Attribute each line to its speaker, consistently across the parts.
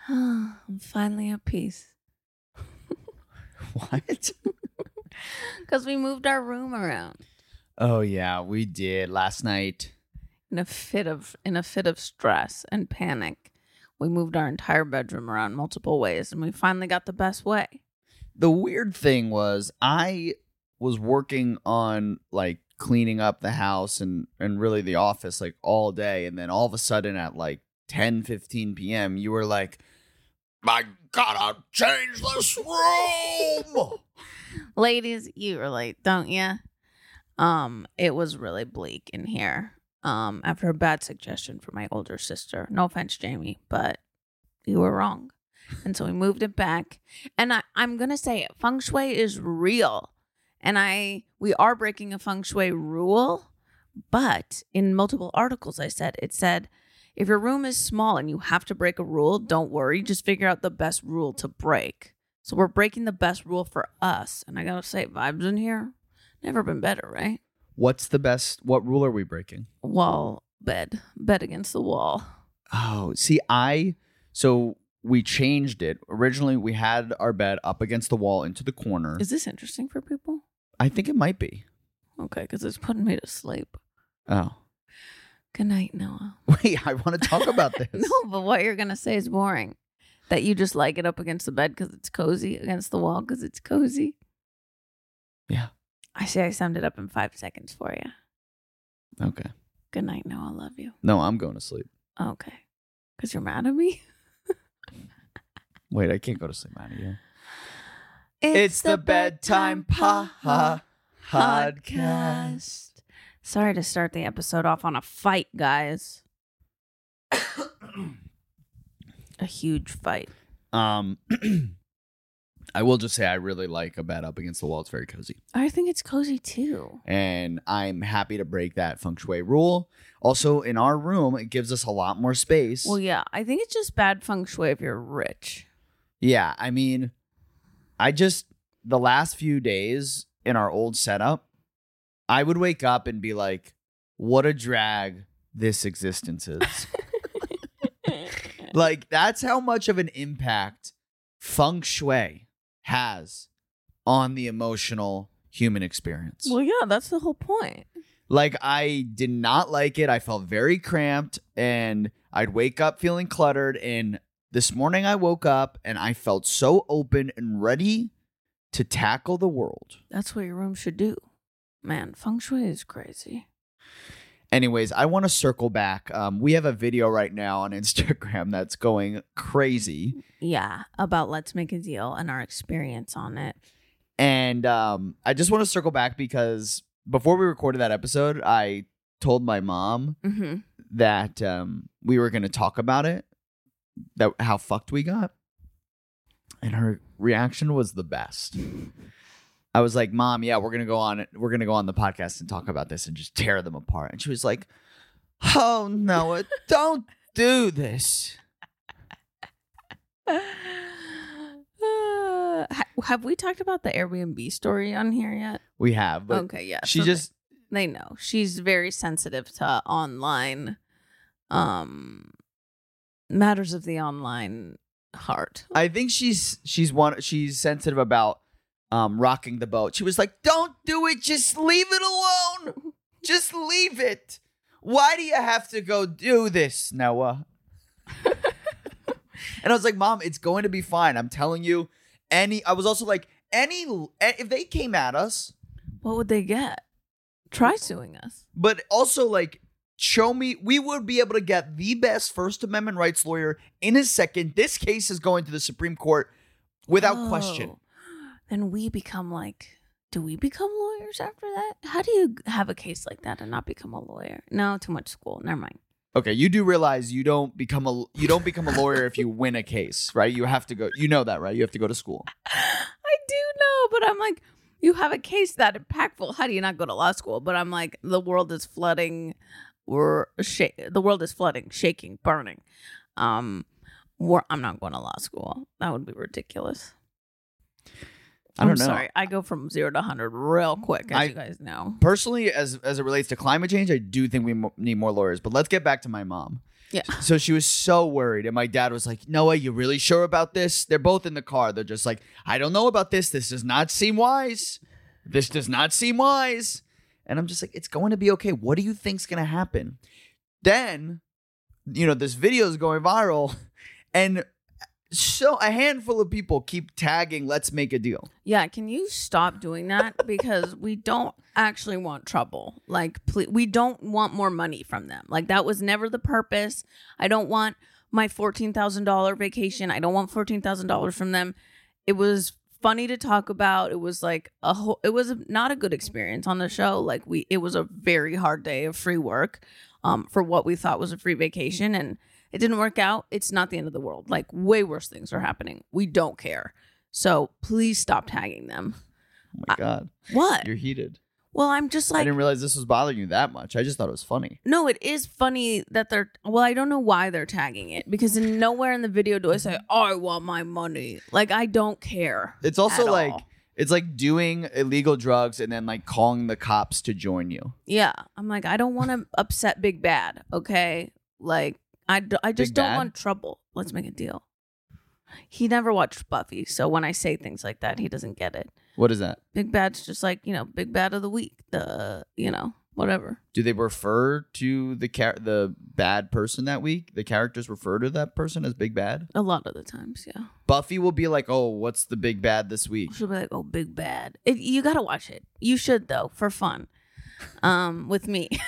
Speaker 1: I'm finally at peace.
Speaker 2: What?
Speaker 1: Because we moved our room around
Speaker 2: Oh yeah, we did last night.
Speaker 1: in a fit of in a fit of stress and panic. We moved our entire bedroom around multiple ways, and we finally got the best way.
Speaker 2: The weird thing was I was working on like cleaning up the house and and really the office like all day and then all of a sudden at like 10:15 p.m. you were like I gotta change this room.
Speaker 1: Ladies, you relate, don't ya? Um, it was really bleak in here. Um, after a bad suggestion from my older sister. No offense, Jamie, but you were wrong. And so we moved it back. And I, I'm gonna say it, feng shui is real. And I we are breaking a feng shui rule, but in multiple articles I said it said if your room is small and you have to break a rule, don't worry, just figure out the best rule to break. So we're breaking the best rule for us. And I gotta say, vibes in here never been better, right?
Speaker 2: What's the best what rule are we breaking?
Speaker 1: Wall, bed, bed against the wall.
Speaker 2: Oh, see, I so we changed it. Originally, we had our bed up against the wall into the corner.
Speaker 1: Is this interesting for people?
Speaker 2: I think it might be.
Speaker 1: Okay, because it's putting me to sleep.
Speaker 2: Oh,
Speaker 1: Good night, Noah.
Speaker 2: wait, I want to talk about this.
Speaker 1: no, but what you're gonna say is boring. That you just like it up against the bed because it's cozy, against the wall because it's cozy.
Speaker 2: Yeah.
Speaker 1: I say I summed it up in five seconds for you.
Speaker 2: Okay.
Speaker 1: Good night, Noah. Love you.
Speaker 2: No, I'm going to sleep.
Speaker 1: Okay. Because you're mad at me?
Speaker 2: Wait, I can't go to sleep, man. You.
Speaker 1: Sorry to start the episode off on a fight, guys. a huge fight.
Speaker 2: Um, I will just say I really like a bed up against the wall. It's very cozy,
Speaker 1: I think it's cozy too.
Speaker 2: and I'm happy to break that feng shui rule. Also, in our room, it gives us a lot more space.
Speaker 1: Well, yeah, I think it's just bad feng shui if you're rich.
Speaker 2: Yeah, I mean, I just the last few days in our old setup, I would wake up and be like, "What a drag this existence is." like that's how much of an impact feng shui has on the emotional human experience.
Speaker 1: well, yeah, that's the whole point.
Speaker 2: Like I did not like it. I felt very cramped and I'd wake up feeling cluttered and this morning I woke up and I felt so open and ready to tackle the world.
Speaker 1: That's what your room should do. Man, feng shui is crazy.
Speaker 2: Anyways, I want to circle back. Um, we have a video right now on Instagram that's going crazy.
Speaker 1: Yeah, about let's make a deal and our experience on it.
Speaker 2: And um, I just want to circle back because before we recorded that episode, I told my mom
Speaker 1: Mm-hmm.
Speaker 2: that um, we were going to talk about it, that how fucked we got, and her reaction was the best. I was like, "Mom, yeah, we're gonna go on. it- We're gonna go on the podcast and talk about this and just tear them apart." And she was like, "Oh no, don't do this."
Speaker 1: Uh, ha- have we talked about the Airbnb story on here yet?
Speaker 2: We have, but
Speaker 1: okay, yeah.
Speaker 2: she
Speaker 1: so
Speaker 2: just
Speaker 1: they know she's very sensitive to online um matters of the online heart.
Speaker 2: I think she's she's one she's sensitive about um rocking the boat. She was like, "Don't do it. Just leave it alone. Just leave it. Why do you have to go do this, Noah?" and I was like, "Mom, it's going to be fine. I'm telling you." Any I was also like, "Any e, if they came at us,
Speaker 1: What would they get? Try suing us.
Speaker 2: but also like show me we would be able to get the best first amendment rights lawyer in a second this case is going to the supreme court without
Speaker 1: Oh.
Speaker 2: question
Speaker 1: Then we become like do we become lawyers after that? How do you have a case like that and not become a lawyer? No, too much school. Never mind.
Speaker 2: Okay, you do realize you don't become a you don't become a lawyer if you win a case, right? You have to go. You know that, right? You have to go to school.
Speaker 1: I do know, but I'm like, you have a case that impactful. How do you not go to law school? But I'm like, the world is flooding. We're sha- the world is flooding, shaking, burning. Um, we're, I'm not going to law school. That would be ridiculous.
Speaker 2: I don't
Speaker 1: am
Speaker 2: know.
Speaker 1: Sorry, I go from zero to hundred real quick, as
Speaker 2: I-
Speaker 1: you guys know.
Speaker 2: Personally, as as it relates to climate change, I do think we mo- need more lawyers. But let's get back to my mom.
Speaker 1: Yeah.
Speaker 2: So she was so worried. And my dad was like, Noah, you really sure about this? They're both in the car. They're just like, I don't know about this. This does not seem wise. This does not seem wise. And I'm just like, it's going to be okay. What do you think's going to happen? Then, you know, this video is going viral. And so a handful of people keep tagging, let's make a deal. Oh
Speaker 1: Yeah, can you stop doing that because we don't actually want trouble. Like ple- we don't want more money from them. Like that was never the purpose. I don't want my $14,000 vacation. I don't want $14,000 from them. It was funny to talk about. It was like a whole it was not a good experience on the show. Like we it was a very hard day of free work um for what we thought was a free vacation and it didn't work out. It's not the end of the world. Like way worse things are happening. We don't care. So please stop tagging them.
Speaker 2: Oh my God.
Speaker 1: What?
Speaker 2: You're heated.
Speaker 1: Well, I'm just
Speaker 2: I
Speaker 1: like,
Speaker 2: didn't realize this was bothering you that much. I just thought it was funny.
Speaker 1: no, it is funny that they're, well, I don't know why they're tagging it because in nowhere in the video do I say, I want my money. Like, I don't care.
Speaker 2: It's also
Speaker 1: at
Speaker 2: like
Speaker 1: all.
Speaker 2: it's like doing illegal drugs and then like calling the cops to join you.
Speaker 1: yeah. I'm like, I don't want to upset Big Bad. Okay. Like, I, d- I just
Speaker 2: Big
Speaker 1: don't
Speaker 2: Bad?
Speaker 1: want trouble. Let's make a deal. He never watched Buffy. So when I say things like that, he doesn't get it.
Speaker 2: What is that?
Speaker 1: Big Bad's just like, you know, Big Bad of the week, the, you know, whatever.
Speaker 2: Do they refer to the char- the bad person that week? The characters refer to that person as big bad.
Speaker 1: A lot of the times, yeah.
Speaker 2: Buffy will be like, "Oh, what's the big bad this week?"
Speaker 1: She'll be like, "Oh, big bad." It, you gotta watch it. You should though, for fun, um, with me.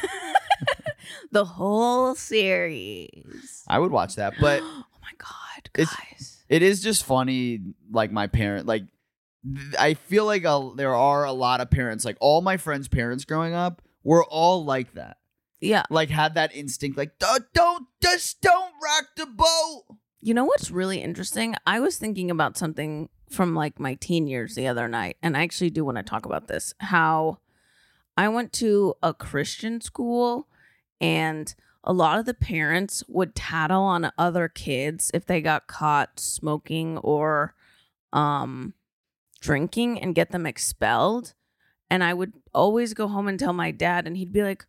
Speaker 1: the whole series.
Speaker 2: I would watch that, but
Speaker 1: oh my god,
Speaker 2: It's-
Speaker 1: guys!
Speaker 2: it is just funny. Like my parent, like th- I feel like a, there are a lot of parents, like all my friends' parents growing up, were all like that.
Speaker 1: Yeah,
Speaker 2: like had that instinct like don't, don't just don't rock the boat
Speaker 1: you know what's really interesting? I was thinking about something from like my teen years the other night, and I actually do want to talk about this. How I went to a Christian school, and a lot of the parents would tattle on other kids if they got caught smoking or um drinking and get them expelled and i would always go home and tell my dad and he'd be like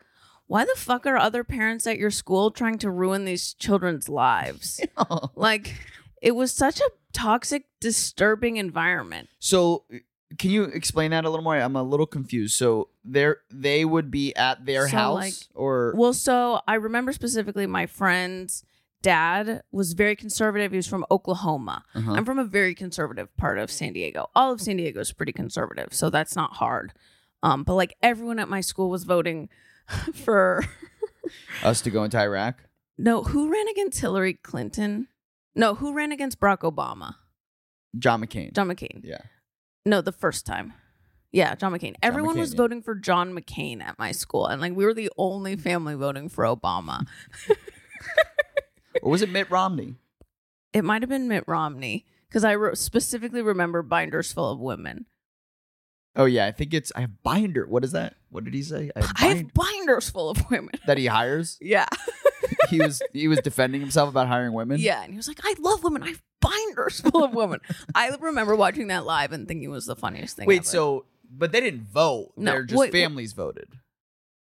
Speaker 1: why the fuck are other parents at your school trying to ruin these children's lives like it was such a toxic disturbing environment
Speaker 2: so can you explain that a little more i'm a little confused so they're they would be at their
Speaker 1: So,
Speaker 2: house
Speaker 1: like-
Speaker 2: or
Speaker 1: well so i remember specifically my friend's dad was very conservative he was from oklahoma
Speaker 2: Uh-huh.
Speaker 1: i'm from a very conservative part of san diego all of san diego is pretty conservative so that's not hard um, but like everyone at my school was voting for
Speaker 2: us to go into iraq
Speaker 1: no who ran against hillary clinton no who ran against barack obama
Speaker 2: john mccain
Speaker 1: john mccain
Speaker 2: yeah
Speaker 1: No, the first time. Yeah, John McCain. Everyone
Speaker 2: McCain,
Speaker 1: was
Speaker 2: yeah.
Speaker 1: voting for John McCain at my school. And like we were the only family voting for Obama.
Speaker 2: or was it mitt romney
Speaker 1: It might have been Mitt Romney because I re- specifically remember binders full of women.
Speaker 2: oh yeah i think it's i have binder what is that what did he say I have
Speaker 1: I
Speaker 2: bind-
Speaker 1: have binders full of women.
Speaker 2: that he hires
Speaker 1: Yeah.
Speaker 2: he was he was defending himself about hiring women
Speaker 1: Yeah. And he was like, I love women. I have binders full of women. I remember watching that live and thinking it was the funniest thing.
Speaker 2: wait
Speaker 1: ever.
Speaker 2: so but they didn't vote
Speaker 1: No,
Speaker 2: they're just
Speaker 1: wait, wh-
Speaker 2: families voted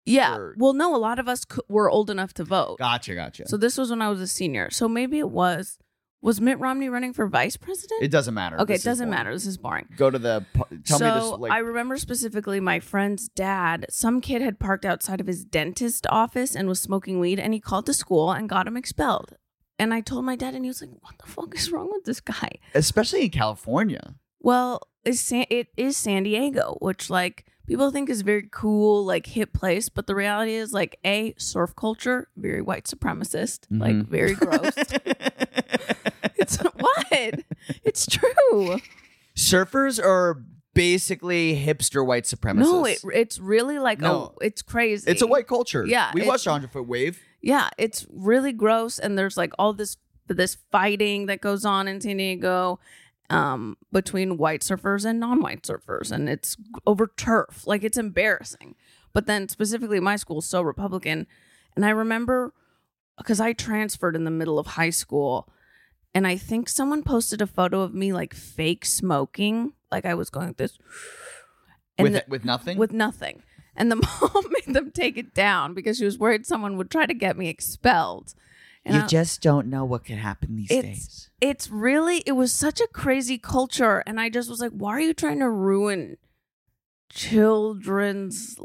Speaker 1: Yeah.
Speaker 2: or-
Speaker 1: Well, no, a lot of us c- were old enough to vote.
Speaker 2: gotcha gotcha
Speaker 1: So this was when I was a senior. So maybe it was. Was Mitt Romney running for vice president?
Speaker 2: it doesn't matter
Speaker 1: Okay, it
Speaker 2: This is
Speaker 1: doesn't
Speaker 2: boring.
Speaker 1: matter. This is boring.
Speaker 2: go to the pu- tell
Speaker 1: so
Speaker 2: me this like
Speaker 1: I remember specifically my friend's dad. Some kid had parked outside of his dentist office and was smoking weed, and he called the school and got him expelled. And I told my dad, and he was like, "What the fuck is wrong with this guy?"
Speaker 2: especially in California.
Speaker 1: Well, it's San- it is San Diego, which like people think is very cool, like hip place, but the reality is like a surf culture, very white supremacist, like
Speaker 2: Mhm.
Speaker 1: very gross. it's what? It's true.
Speaker 2: Surfers are basically hipster white supremacists.
Speaker 1: No, it, it's really like
Speaker 2: No.
Speaker 1: a, it's crazy.
Speaker 2: it's a white culture.
Speaker 1: Yeah,
Speaker 2: we
Speaker 1: it-
Speaker 2: watched 100 Foot Wave.
Speaker 1: Yeah, it's really gross, and there's like all this this fighting that goes on in San Diego um, between white surfers and non-white surfers, and it's over turf. Like it's embarrassing. But then specifically, my school's so Republican, and I remember because I transferred in the middle of high school, and I think someone posted a photo of me like fake smoking, like I was going like this,
Speaker 2: With,
Speaker 1: the-
Speaker 2: with nothing,
Speaker 1: with nothing. And the mom made them take it down because she was worried someone would try to get me expelled. And
Speaker 2: you
Speaker 1: I-
Speaker 2: just don't know what could happen these
Speaker 1: uh, It's-
Speaker 2: days.
Speaker 1: it's really it was such a crazy culture and i just was like why are you trying to ruin children's
Speaker 2: I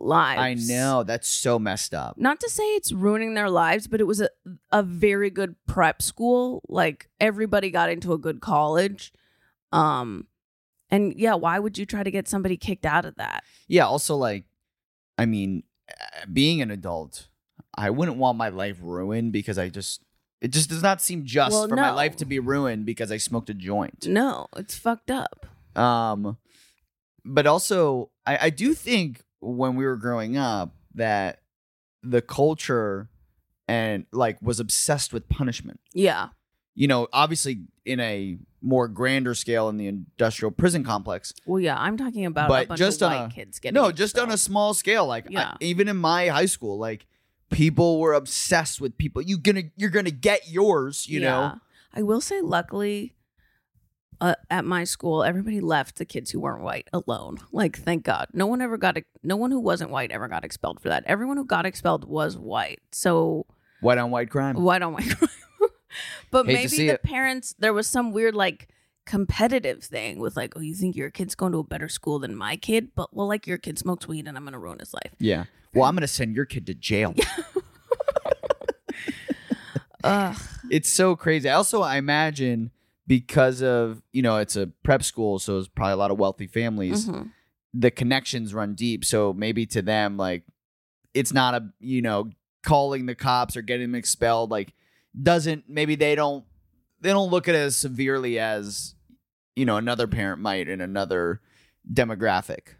Speaker 1: lives
Speaker 2: know that's so messed up.
Speaker 1: not to say it's ruining their lives but it was a, a very good prep school like everybody got into a good college um and yeah why would you try to get somebody kicked out of that
Speaker 2: Yeah. Also, like, I mean, uh, being an adult, I wouldn't want my life ruined because I just it just does not seem just
Speaker 1: Well,
Speaker 2: for my
Speaker 1: no.
Speaker 2: life to be ruined because I smoked a joint.
Speaker 1: no it's fucked up
Speaker 2: Um, but also, I, I do think when we were growing up that the culture and like was obsessed with punishment.
Speaker 1: yeah
Speaker 2: You know, obviously in a more grander scale in the industrial prison complex.
Speaker 1: well yeah i'm talking about a
Speaker 2: But
Speaker 1: bunch
Speaker 2: just
Speaker 1: of
Speaker 2: on
Speaker 1: white
Speaker 2: a-
Speaker 1: kids getting
Speaker 2: no,
Speaker 1: it,
Speaker 2: just on
Speaker 1: so.
Speaker 2: a small scale. Like I-
Speaker 1: Yeah.
Speaker 2: even in my high school, like people were obsessed with people. You gonna you're gonna get yours. You know.
Speaker 1: I will say, luckily, uh, at my school, everybody left the kids who weren't white alone. Like, thank God, no one ever got no one who wasn't white ever got expelled for that. Everyone who got expelled was white, so
Speaker 2: White on white crime.
Speaker 1: why don't we? but
Speaker 2: Hmm. Hate to
Speaker 1: maybe
Speaker 2: see
Speaker 1: the
Speaker 2: it.
Speaker 1: parents. There was some weird like competitive thing with like, oh, you think your kid's going to a better school than my kid? But well, like your kid smokes weed, and I'm going to ruin his life.
Speaker 2: Yeah. Well, I'm gonna send your kid to jail.
Speaker 1: Ugh.
Speaker 2: it's so crazy. Also, I imagine because of you know it's a prep school, so it's probably a lot of wealthy families.
Speaker 1: Mhm.
Speaker 2: The connections run deep, so maybe to them like it's not a you know calling the cops or getting them expelled like doesn't maybe they don't they don't look at it as severely as you know another parent might in another demographic.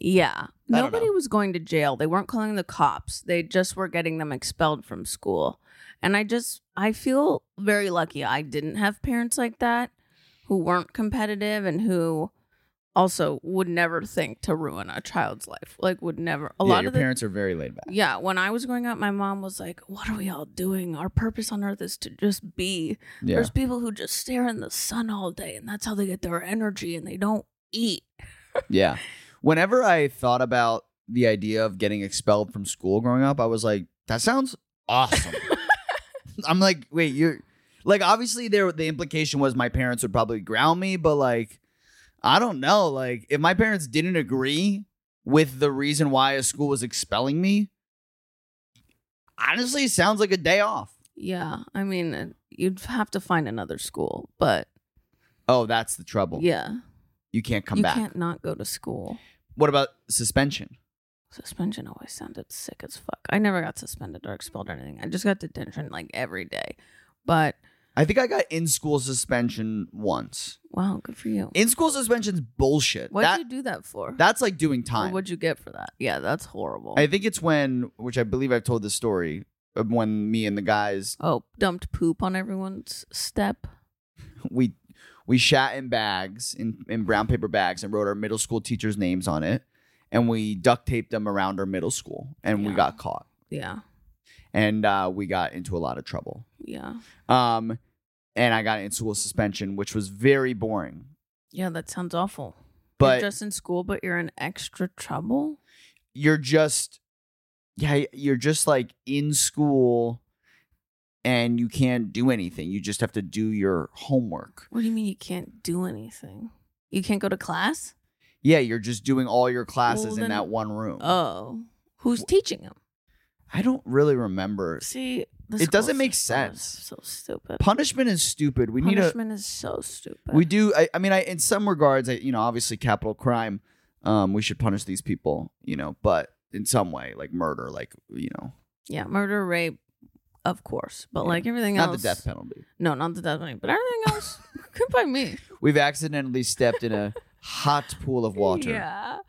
Speaker 1: Yeah.
Speaker 2: don't
Speaker 1: Nobody
Speaker 2: know.
Speaker 1: was going to jail. They weren't calling the cops. They just were getting them expelled from school. And I just I feel very lucky I didn't have parents like that who weren't competitive and who also would never think to ruin a child's life. Like would never a
Speaker 2: yeah,
Speaker 1: lot
Speaker 2: your
Speaker 1: of the
Speaker 2: parents are very laid back.
Speaker 1: yeah, when I was growing up, my mom was like, What are we all doing? Our purpose on earth is to just be.
Speaker 2: Yeah,
Speaker 1: There's people who just stare in the sun all day, and that's how they get their energy, and they don't eat.
Speaker 2: Yeah. Whenever I thought about the idea of getting expelled from school growing up, I was like, that sounds awesome. I'm like, wait, you're like obviously there the implication was my parents would probably ground me, but like I don't know, like if my parents didn't agree with the reason why a school was expelling me, honestly it sounds like a day off.
Speaker 1: Yeah, I mean, uh, you'd have to find another school, but
Speaker 2: Oh, that's the trouble.
Speaker 1: yeah,
Speaker 2: You can't come
Speaker 1: you
Speaker 2: back.
Speaker 1: can't not go to school.
Speaker 2: What about suspension?
Speaker 1: Suspension always sounded sick as fuck. I never got suspended or expelled or anything. I just got detention like every day. But
Speaker 2: I think I got in school suspension once.
Speaker 1: wow, good for you.
Speaker 2: In school suspension's bullshit.
Speaker 1: What'd
Speaker 2: That,
Speaker 1: you do that for?
Speaker 2: that's like doing
Speaker 1: Or
Speaker 2: time.
Speaker 1: What'd you get for that? Yeah, that's horrible.
Speaker 2: I think it's when, which I believe I've told this story, of when me and the guys
Speaker 1: oh, dumped poop on everyone's step.
Speaker 2: we we shat in bags in, in brown paper bags and wrote our middle school teachers' names on it, and we duct taped them around our middle school, and we
Speaker 1: Yeah.
Speaker 2: got caught,
Speaker 1: Yeah,
Speaker 2: and uh, we got into a lot of trouble.
Speaker 1: yeah,
Speaker 2: Um, and I got in school suspension, which was very boring.
Speaker 1: yeah. That sounds awful.
Speaker 2: But
Speaker 1: you're just in school, but you're in extra trouble.
Speaker 2: you're just yeah you're just like in school and you can't do anything you just have to do your homework
Speaker 1: What do you mean you can't do anything? You can't go to class?
Speaker 2: yeah you're just doing all your classes
Speaker 1: Well,
Speaker 2: in
Speaker 1: then-
Speaker 2: that one room
Speaker 1: Oh, who's teaching him?
Speaker 2: i don't really remember
Speaker 1: See, the
Speaker 2: It
Speaker 1: school
Speaker 2: doesn't make
Speaker 1: system is
Speaker 2: sense.
Speaker 1: So stupid.
Speaker 2: punishment is stupid we need a
Speaker 1: Punishment is so stupid.
Speaker 2: we do I, I mean i in some regards I, you know obviously capital crime um we should punish these people you know but in some way like murder like you know
Speaker 1: yeah, murder, rape, of course, but
Speaker 2: Yeah.
Speaker 1: like everything
Speaker 2: not
Speaker 1: else,
Speaker 2: the death penalty
Speaker 1: No, not the death penalty, but everything else. Good by me.
Speaker 2: we've accidentally stepped in a hot pool of water
Speaker 1: Yeah.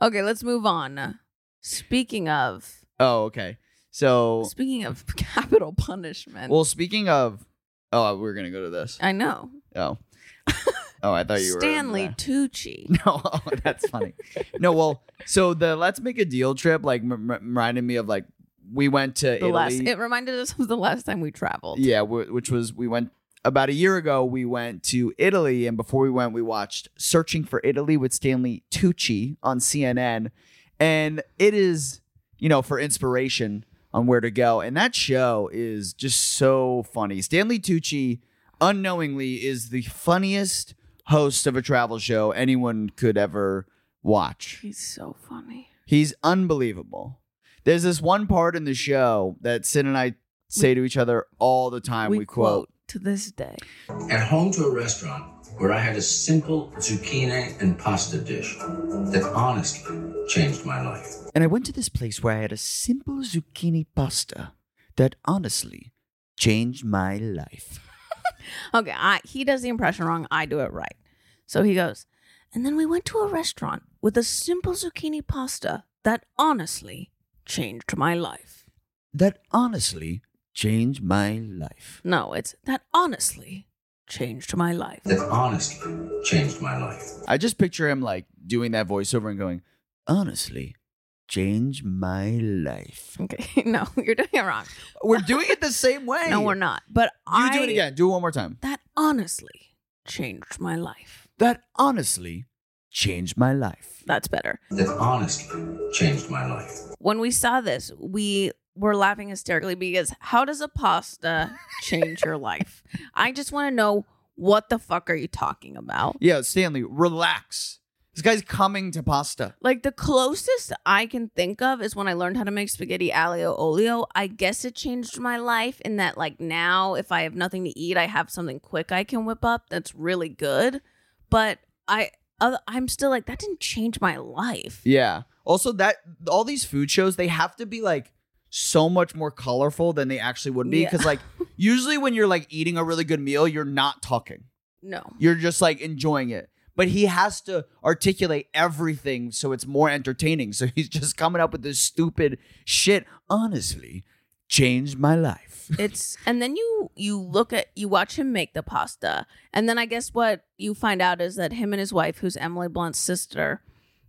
Speaker 1: Okay, let's move on. Speaking of,
Speaker 2: oh okay so
Speaker 1: speaking of capital punishment.
Speaker 2: Well, speaking of, oh, we were gonna go to this.
Speaker 1: I know
Speaker 2: Oh, oh, I thought you were
Speaker 1: Stanley
Speaker 2: uh,
Speaker 1: Tucci.
Speaker 2: No, oh, that's funny. no, well, so the let's make a deal trip like m- m- reminded me of like we went to
Speaker 1: The
Speaker 2: Italy.
Speaker 1: last, it reminded us of the last time we traveled.
Speaker 2: yeah, wh- which was we went about a year ago. We went to Italy, and before we went, we watched Searching for Italy with Stanley Tucci on CNN, and it is you know for inspiration on where to go. And that show is just so funny. Stanley Tucci, unknowingly, is the funniest host of a travel show anyone could ever watch.
Speaker 1: He's so funny.
Speaker 2: He's unbelievable. There's this one part in the show that Sin and I say to each other all the time. We, quote,
Speaker 1: to this day.
Speaker 3: At home to a restaurant where I had a simple zucchini and pasta dish that honestly changed my life.
Speaker 2: and I went to this place where I had a simple zucchini pasta that honestly changed my life.
Speaker 1: Okay, I, he does the impression wrong. I do it right. So he goes, and then we went to a restaurant with a simple zucchini pasta that honestly changed my life.
Speaker 2: That honestly changed my life.
Speaker 1: No, it's that honestly changed my life.
Speaker 3: That honestly changed my life.
Speaker 2: I just picture him like doing that voiceover and going, honestly, change my life.
Speaker 1: Okay, no, you're doing it wrong.
Speaker 2: We're doing it the same way.
Speaker 1: No, we're not. But
Speaker 2: You
Speaker 1: I
Speaker 2: do it again. Do it one more time.
Speaker 1: That honestly changed my life.
Speaker 2: That honestly changed my life.
Speaker 1: That's better.
Speaker 3: That honestly changed my life.
Speaker 1: When we saw this, we were laughing hysterically because how does a pasta change your life? I just want to know what the fuck are you talking about?
Speaker 2: Yeah, Stanley, relax. This guy's coming to pasta.
Speaker 1: Like the closest I can think of is when I learned how to make spaghetti alio olio. I guess it changed my life in that like now if I have nothing to eat, I have something quick I can whip up that's really good. But I oth- I'm still like that didn't change my life.
Speaker 2: Yeah. Also, that all these food shows, they have to be like so much more colorful than they actually would be.
Speaker 1: Yeah.
Speaker 2: Because like usually when you're like eating a really good meal, you're not talking.
Speaker 1: No.
Speaker 2: You're just like enjoying it. But he has to articulate everything so it's more entertaining. So he's just coming up with this stupid shit. Honestly, changed my life.
Speaker 1: It's and then you you look at you watch him make the pasta, and then I guess what you find out is that him and his wife, who's Emily Blunt's sister,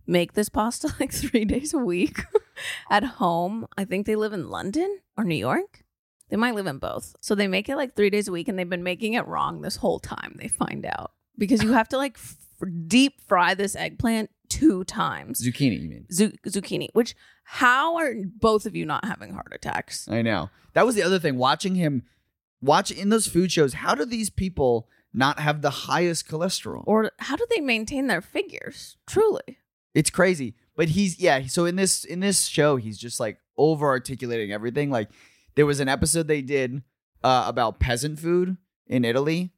Speaker 1: make this pasta like three days a week at home. I think they live in London or New York. They might live in both. So they make it like three days a week, and they've been making it wrong this whole time. They find out because you have to like f- deep fry this eggplant two times.
Speaker 2: Zucchini, you mean?
Speaker 1: Zu- zucchini, which how are both of you not having heart attacks?
Speaker 2: I know. That was the other thing. Watching him watch in those food shows, how do these people not have the highest cholesterol?
Speaker 1: or how do they maintain their figures truly
Speaker 2: It's crazy. But he's yeah, so in this in this show, he's just like over articulating everything. Like there was an episode they did uh, about peasant food in Italy,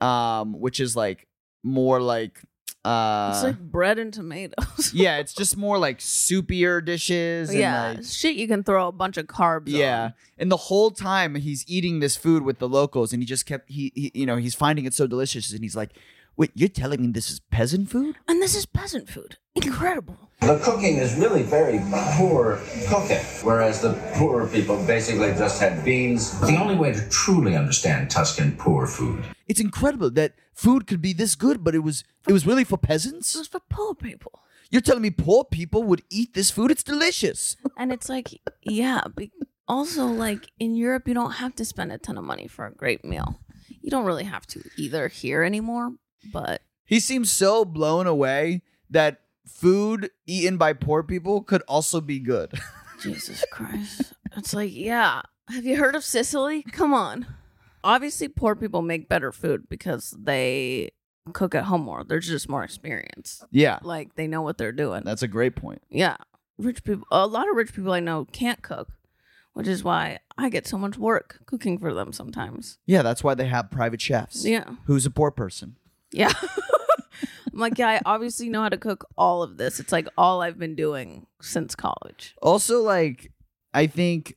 Speaker 2: um, which is like more like uh
Speaker 1: it's like bread and tomatoes
Speaker 2: yeah, it's just more like soupier dishes. And
Speaker 1: yeah
Speaker 2: like-
Speaker 1: shit you can throw a bunch of carbs
Speaker 2: yeah.
Speaker 1: on.
Speaker 2: And the whole time he's eating this food with the locals and he just kept he, he you know, he's finding it so delicious and he's like, Wait, you're telling me this is peasant food?
Speaker 1: and this is peasant food incredible
Speaker 3: The cooking is really very poor cooking, whereas the poorer people basically just had beans. The only way to truly understand Tuscan poor food
Speaker 2: it's incredible that food could be this good, but it was it was really for
Speaker 1: this
Speaker 2: peasants.
Speaker 1: is for poor people
Speaker 2: You're telling me poor people would eat this food? It's delicious.
Speaker 1: and it's like yeah be- also like in europe you don't have to spend a ton of money for a great meal you don't really have to either here anymore but
Speaker 2: He seems so blown away that food eaten by poor people could also be good.
Speaker 1: Jesus Christ. It's like, yeah. Have you heard of Sicily? Come on. Obviously, poor people make better food because they cook at home more. There's just more experience.
Speaker 2: yeah,
Speaker 1: Like, they know what they're doing.
Speaker 2: that's a great point.
Speaker 1: Yeah. Rich people, a lot of rich people I know can't cook, which is why I get so much work cooking for them sometimes.
Speaker 2: Yeah, that's why they have private chefs.
Speaker 1: Yeah.
Speaker 2: Who's a poor person?
Speaker 1: Yeah. I'm like, yeah, I obviously know how to cook all of this. It's like all I've been doing since college.
Speaker 2: Also, like, I think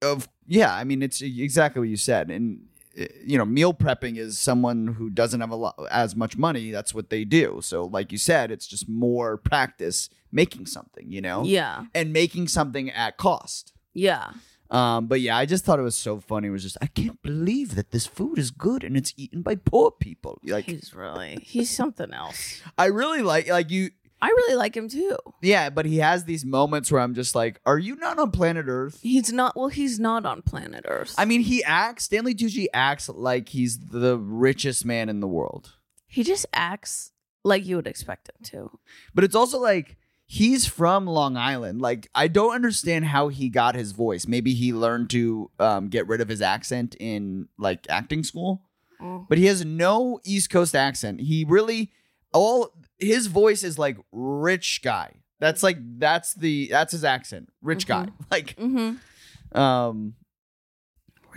Speaker 2: of yeah, I mean, it's e, exactly what you said, and uh, you know, meal prepping is someone who doesn't have a lot as much money. That's what they do. So, like you said, it's just more practice making something, you know,
Speaker 1: Yeah.
Speaker 2: and making something at cost.
Speaker 1: Yeah.
Speaker 2: Um, but yeah, I just thought it was so funny. It was just I can't believe that this food is good and it's eaten by poor people. Like,
Speaker 1: He's really, he's something else.
Speaker 2: I really like like you.
Speaker 1: I really like him too.
Speaker 2: Yeah, but he has these moments where I'm just like, are you not on planet Earth?
Speaker 1: He's not well, he's not on planet Earth.
Speaker 2: I mean, he acts. Stanley Tucci acts like he's the richest man in the world,
Speaker 1: he just acts like you would expect him to.
Speaker 2: but it's also like he's from Long Island. Like, I don't understand how he got his voice. Maybe he learned to um, get rid of his accent in like acting school, but he has no East Coast accent. He really all his voice is like rich guy. That's like that's the that's his accent, rich guy. Like,
Speaker 1: Mm-hmm.
Speaker 2: um,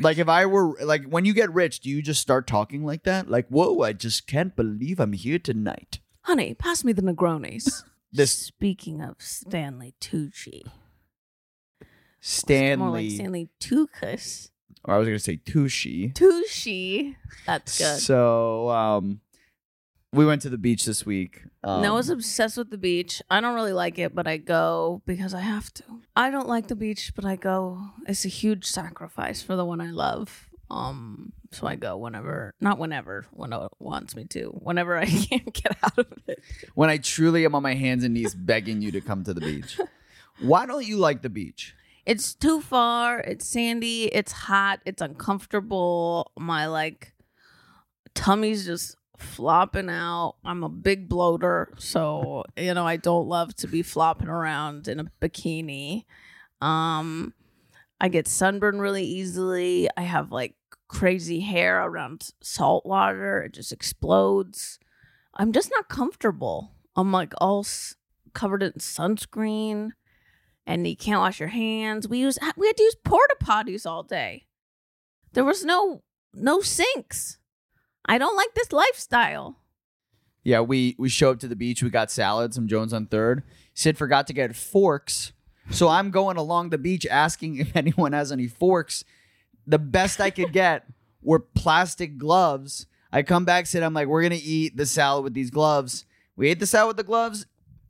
Speaker 2: like if I were like when you get rich, do you just start talking like that? Like, whoa, I just can't believe I'm here tonight.
Speaker 4: Honey, pass me the Negronis.
Speaker 2: This
Speaker 1: Speaking of Stanley Tucci,
Speaker 2: Stanley,
Speaker 1: more like Stanley Tucus.
Speaker 2: or I was gonna say Tushy.
Speaker 1: Tucci. That's good.
Speaker 2: So um, we went to the beach this week. Um,
Speaker 1: Noah's obsessed with the beach. I don't really like it, but I go because I have to. I don't like the beach, but I go. It's a huge sacrifice for the one I love. Um, so I go whenever, not whenever, when it wants me to, whenever I can't get out of it.
Speaker 2: when I truly am on my hands and knees begging you to come to the beach. Why don't you like the beach?
Speaker 1: It's too far. It's sandy. It's hot. It's uncomfortable. My like tummy's just flopping out. I'm a big bloater, so you know I don't love to be flopping around in a bikini. Um, I get sunburned really easily. I have like crazy hair around salt water. It just explodes. I'm just not comfortable. I'm like all s- covered in sunscreen and you can't wash your hands. We use we had to use porta potties all day. There was no no sinks. I don't like this lifestyle.
Speaker 2: Yeah, we we show up to the beach. We got salads. Some Jones on third. Sid forgot to get forks, so I'm going along the beach asking if anyone has any forks. The best I could get were plastic gloves. I come back, Sid. I'm like, we're gonna eat the salad with these gloves. We ate the salad with the gloves.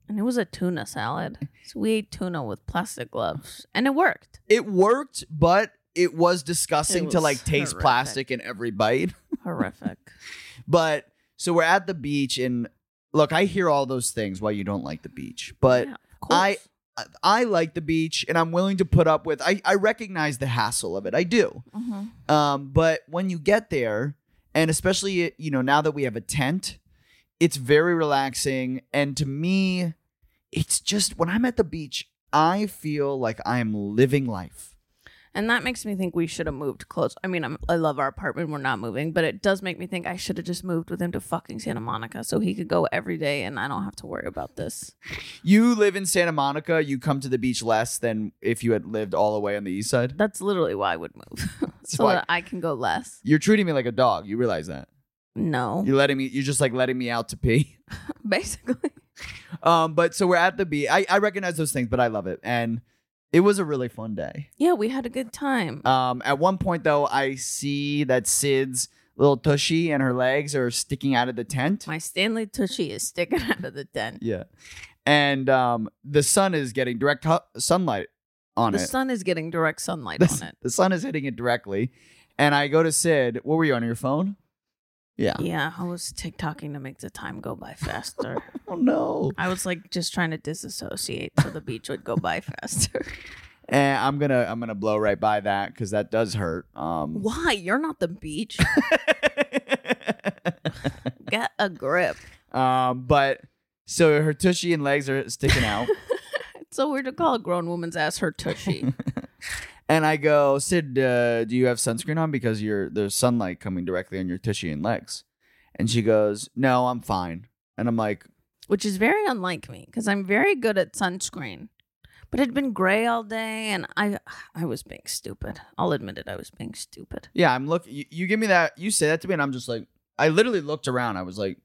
Speaker 1: And it was a tuna salad. So we ate tuna with plastic gloves and it worked.
Speaker 2: It worked, but it was disgusting
Speaker 1: It
Speaker 2: to
Speaker 1: was
Speaker 2: like taste
Speaker 1: horrific.
Speaker 2: plastic in every bite.
Speaker 1: Horrific.
Speaker 2: But so we're at the beach, and look, I hear all those things why you don't like the beach, but
Speaker 1: Yeah, of course.
Speaker 2: I- I like the beach, and I'm willing to put up with. I I recognize the hassle of it. I do.
Speaker 1: Mhm.
Speaker 2: Um, but when you get there, and especially you know now that we have a tent, it's very relaxing. And to me, it's just when I'm at the beach, I feel like I am living life.
Speaker 1: And that makes me think we should have moved close. I mean, I'm, I love our apartment. We're not moving, but it does make me think I should have just moved with him to fucking Santa Monica so he could go every day and I don't have to worry about this.
Speaker 2: You live in Santa Monica, you come to the beach less than if you had lived all the way on the east side.
Speaker 1: That's literally why I would move. so
Speaker 2: why-
Speaker 1: that I can go less.
Speaker 2: You're treating me like a dog. You realize that.
Speaker 1: No.
Speaker 2: You're letting me. You're just like letting me out to pee.
Speaker 1: Basically.
Speaker 2: Um, but so we're at the beach. I, I recognize those things, but I love it, and it was a really fun day.
Speaker 1: Yeah, we had a good time.
Speaker 2: Um, at one point though, I see that Sid's little tushy and her legs are sticking out of the tent.
Speaker 1: My Stanley Tushy is sticking out of the tent.
Speaker 2: yeah, and um, the sun is getting direct hu- sunlight on
Speaker 1: The
Speaker 2: it.
Speaker 1: sun is getting direct sunlight
Speaker 2: the,
Speaker 1: on
Speaker 2: s-
Speaker 1: it.
Speaker 2: the sun is hitting it directly, and I go to Sid. What were you on your phone? Yeah.
Speaker 1: Yeah, I was TikToking to make the time go by faster.
Speaker 2: Oh no.
Speaker 1: I was like just trying to disassociate so the beach would go by faster.
Speaker 2: And I'm gonna I'm gonna blow right by that because that does hurt. Um,
Speaker 1: Why? You're not the beach. Get a grip.
Speaker 2: Um, but so her tushy and legs are sticking out,
Speaker 1: It's so weird to call a grown woman's ass her tushy.
Speaker 2: and I go, Sid, uh, do you have sunscreen on because you're there's sunlight coming directly on your tushy and legs, and she goes, No, I'm fine, and I'm like,
Speaker 1: which is very unlike me because I'm very good at sunscreen. But it'd been gray all day and I I was being stupid. I'll admit it, I was being stupid.
Speaker 2: Yeah, I'm look. You, you give me that. You say that to me, and I'm just like, I literally looked around. I was like,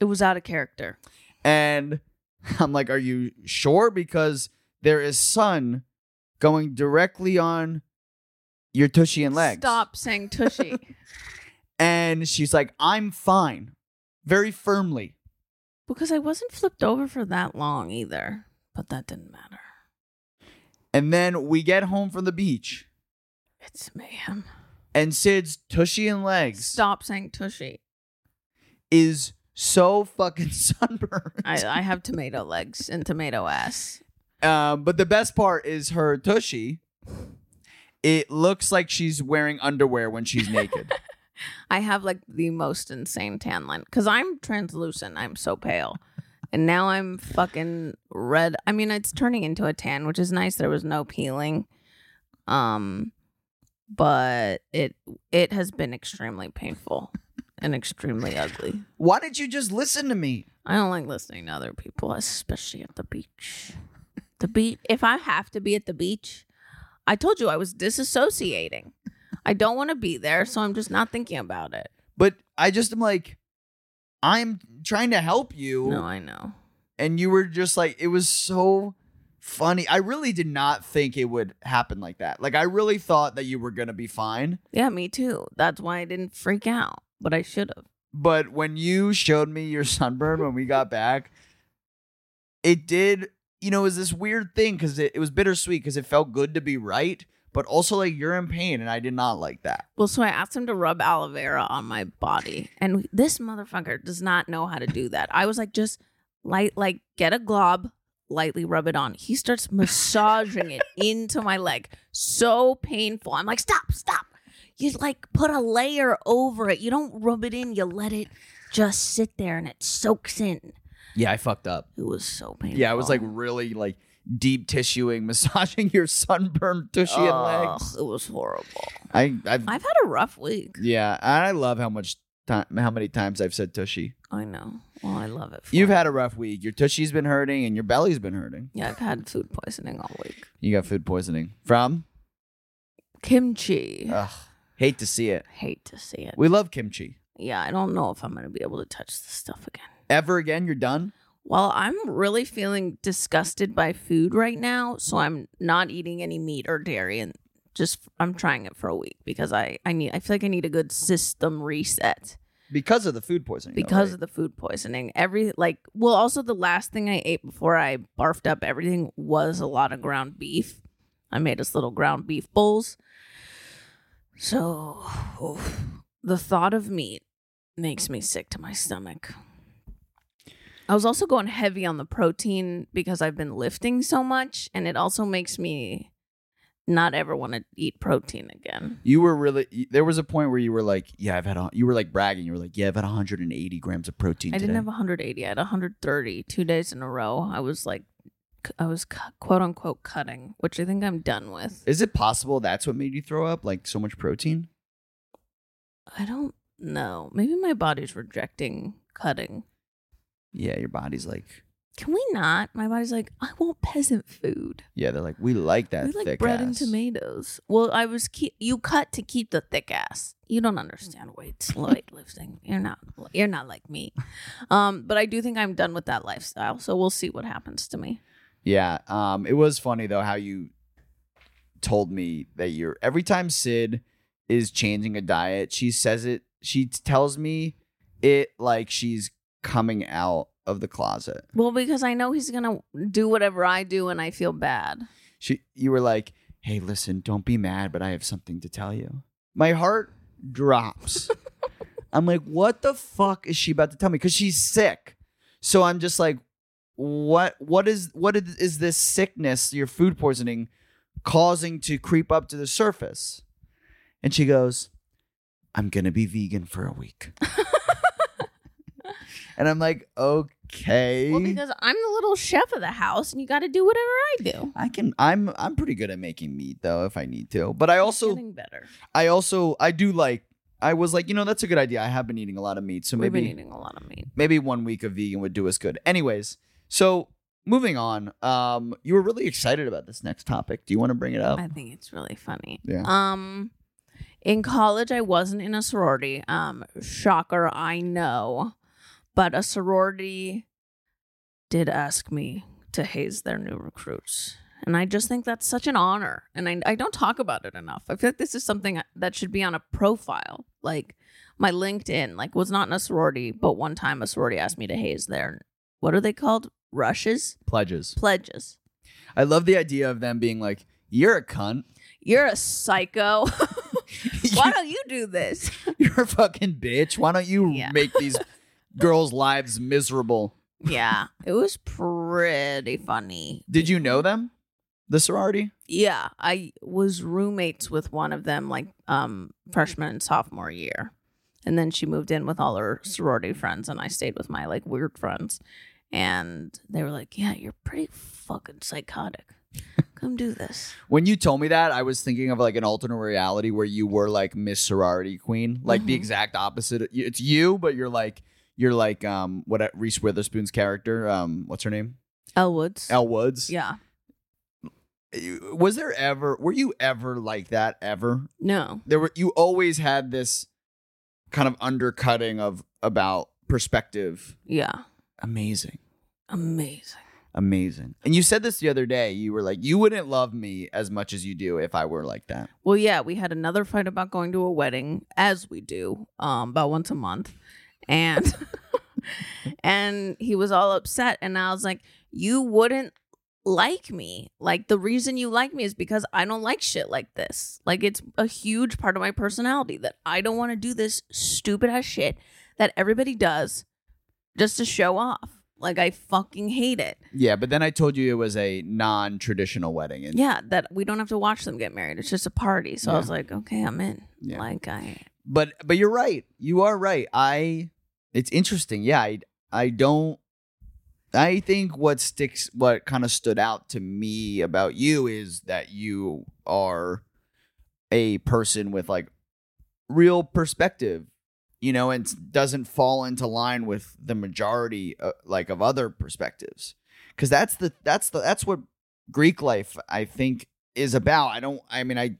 Speaker 1: It was out of character.
Speaker 2: and I'm like, Are you sure? Because there is sun going directly on your tushy and legs.
Speaker 1: Stop saying tushy.
Speaker 2: And she's like, I'm fine, very firmly.
Speaker 1: Because I wasn't flipped over for that long either, but that didn't matter.
Speaker 2: And then we get home from the beach,
Speaker 1: It's mayhem.
Speaker 2: and Sid's tushy and legs
Speaker 1: Stop saying tushy.
Speaker 2: is so fucking sunburned.
Speaker 1: I, I have tomato legs and tomato ass.
Speaker 2: um, but the best part is her tushy. It looks like she's wearing underwear when she's naked.
Speaker 1: I have like the most insane tan line because I'm translucent. I'm so pale And now I'm fucking red. I mean, it's turning into a tan, which is nice. There was no peeling. Um but it it has been extremely painful and extremely ugly.
Speaker 2: Why did you just listen to me?
Speaker 1: I don't like listening to other people, especially at the beach. The beach. If I have to be at the beach, I told you I was disassociating. I don't want to be there, so I'm just not thinking about it.
Speaker 2: But I just am like, I'm trying to help you.
Speaker 1: No, I know.
Speaker 2: and you were just like it was so funny i really did not think it would happen like that like i really thought that you were gonna be fine
Speaker 1: Yeah, me too. That's why I didn't freak out, but I should have.
Speaker 2: but when you showed me your sunburn when we got back it did you know it was this weird thing because it, it was bittersweet because it felt good to be right but also like you're in pain and i did not like that
Speaker 1: Well, so I asked him to rub aloe vera on my body, and this motherfucker does not know how to do that. I was like, just light, like get a glob, lightly rub it on. He starts massaging it into my leg, so painful. I'm like, stop, stop. You like put a layer over it. You don't rub it in. You let it just sit there, and it soaks in.
Speaker 2: yeah i fucked up
Speaker 1: It was so painful.
Speaker 2: yeah i was like really like deep tissuing massaging your sunburned tushy and
Speaker 1: Ugh,
Speaker 2: legs
Speaker 1: It was horrible.
Speaker 2: i i've
Speaker 1: I've had a rough week.
Speaker 2: Yeah, I love how much time, how many times I've said tushy.
Speaker 1: I know. Well, I love it. for
Speaker 2: You've
Speaker 1: it.
Speaker 2: had a rough week. Your tushy's been hurting, and your belly's been hurting.
Speaker 1: yeah. I've had food poisoning all week.
Speaker 2: You got food poisoning from.
Speaker 1: kimchi.
Speaker 2: Ugh, hate to see it.
Speaker 1: Hate to see it.
Speaker 2: We love kimchi.
Speaker 1: yeah, I don't know if I'm gonna be able to touch this stuff again.
Speaker 2: Ever again, you're done.
Speaker 1: Well, I'm really feeling disgusted by food right now, so I'm not eating any meat or dairy, and just I'm trying it for a week because I I need I feel like I need a good system reset
Speaker 2: Because of the food poisoning. though,
Speaker 1: because
Speaker 2: right?
Speaker 1: of the food poisoning. Every like well, also the last thing I ate before I barfed up everything was a lot of ground beef. I made us little ground beef bowls. So oof. the thought of meat makes me sick to my stomach. I was also going heavy on the protein because I've been lifting so much, and it also makes me not ever want to eat protein again.
Speaker 2: you were really. y- There was a point where you were like, "Yeah, I've had." A, you were like bragging. You were like, "Yeah, I've had 180 grams of protein."
Speaker 1: I
Speaker 2: today.
Speaker 1: didn't have 180. I had 130 two days in a row. I was like, c- I was cu- quote unquote cutting, which I think I'm done with.
Speaker 2: Is it possible that's what made you throw up? Like so much protein?
Speaker 1: I don't know. Maybe my body's rejecting cutting.
Speaker 2: Yeah, your body's like.
Speaker 1: Can we not? My body's like, I want peasant food.
Speaker 2: Yeah, they're like, we like that.
Speaker 1: we like
Speaker 2: thick
Speaker 1: bread and
Speaker 2: ass."
Speaker 1: tomatoes. Well, I was keep you cut to keep the thick ass. You don't understand weight weightlifting. You're not you're not like me. Um, but I do think I'm done with that lifestyle. So we'll see what happens to me.
Speaker 2: Yeah. Um, it was funny though how you told me that you're every time Sid is changing a diet, she says it. She t- tells me it like she's coming out of the closet.
Speaker 1: Well, because I know he's gonna do whatever I do, and I feel bad.
Speaker 2: She, you were like, "Hey, listen, don't be mad, but I have something to tell you." My heart drops. I'm like, "What the fuck is she about to tell me?" Because she's sick. So I'm just like, "What? What is? What is, is this sickness? Your food poisoning causing to creep up to the surface?" And she goes, "I'm gonna be vegan for a week." and I'm like, "Okay."
Speaker 1: Well, because I'm the little chef of the house, and you got to do whatever I do.
Speaker 2: I can I'm I'm pretty good at making meat though if I need to. But I also
Speaker 1: getting better.
Speaker 2: I also I do like I was like, you know, that's a good idea. I have been eating a lot of meat, so
Speaker 1: We've been
Speaker 2: maybe
Speaker 1: eating a lot of meat.
Speaker 2: maybe one week of vegan would do us good. Anyways, so moving on. Um you were really excited about this next topic. Do you want to bring it up?
Speaker 1: I think it's really funny.
Speaker 2: Oh. Yeah.
Speaker 1: Um, in college, I wasn't in a sorority. Um, shocker, I know, but a sorority did ask me to haze their new recruits. And I just think that's such an honor. And I, I don't talk about it enough. I feel like this is something that should be on a profile. Like my LinkedIn, like was not in a sorority, but one time a sorority asked me to haze their, what are they called? Rushes?
Speaker 2: Pledges.
Speaker 1: Pledges.
Speaker 2: I love the idea of them being like, You're a cunt.
Speaker 1: You're a psycho. Why don't you do this?
Speaker 2: You're a fucking bitch. Why don't you
Speaker 1: Yeah.
Speaker 2: make these girls' lives miserable?
Speaker 1: Yeah, it was pretty funny.
Speaker 2: Did you know them? The sorority?
Speaker 1: Yeah, I was roommates with one of them like um freshman and sophomore year. And then she moved in with all her sorority friends and I stayed with my like weird friends. and they were like, "Yeah, you're pretty fucking psychotic. Come do this."
Speaker 2: When you told me that, I was thinking of like an alternate reality where you were like Miss Sorority Queen, like the
Speaker 1: Mhm.
Speaker 2: exact opposite. It's you, but you're like you're like um what Reese Witherspoon's character, um what's her name?
Speaker 1: Elwoods.
Speaker 2: Elle Woods.
Speaker 1: yeah.
Speaker 2: You- Was there ever were you ever like that ever?
Speaker 4: No.
Speaker 2: There were you always had this kind of undercutting of about perspective.
Speaker 1: Yeah.
Speaker 2: Amazing.
Speaker 1: Amazing.
Speaker 2: Amazing. And you said this the other day. You were like, you wouldn't love me as much as you do if I were like that.
Speaker 1: Well, yeah, we had another fight about going to a wedding, as we do, um, about once a month, and and he was all upset, and I was like, "You wouldn't like me. Like the reason you like me is because I don't like shit like this. Like it's a huge part of my personality that I don't want to do this stupid ass shit that everybody does just to show off. Like I fucking hate it.
Speaker 2: Yeah, but then I told you it was a non-traditional wedding, and
Speaker 1: Yeah, that we don't have to watch them get married. It's just a party. So I
Speaker 2: Yeah.
Speaker 1: was like, okay, I'm in.
Speaker 2: Yeah.
Speaker 1: Like I
Speaker 2: but but you're right. You are right. I it's interesting. Yeah, I I don't. I think what sticks, what kind of stood out to me about you is that you are a person with like real perspective, you know, and doesn't fall into line with the majority, uh, like of other perspectives, because that's the that's the that's what Greek life I think is about. I don't. I mean, I,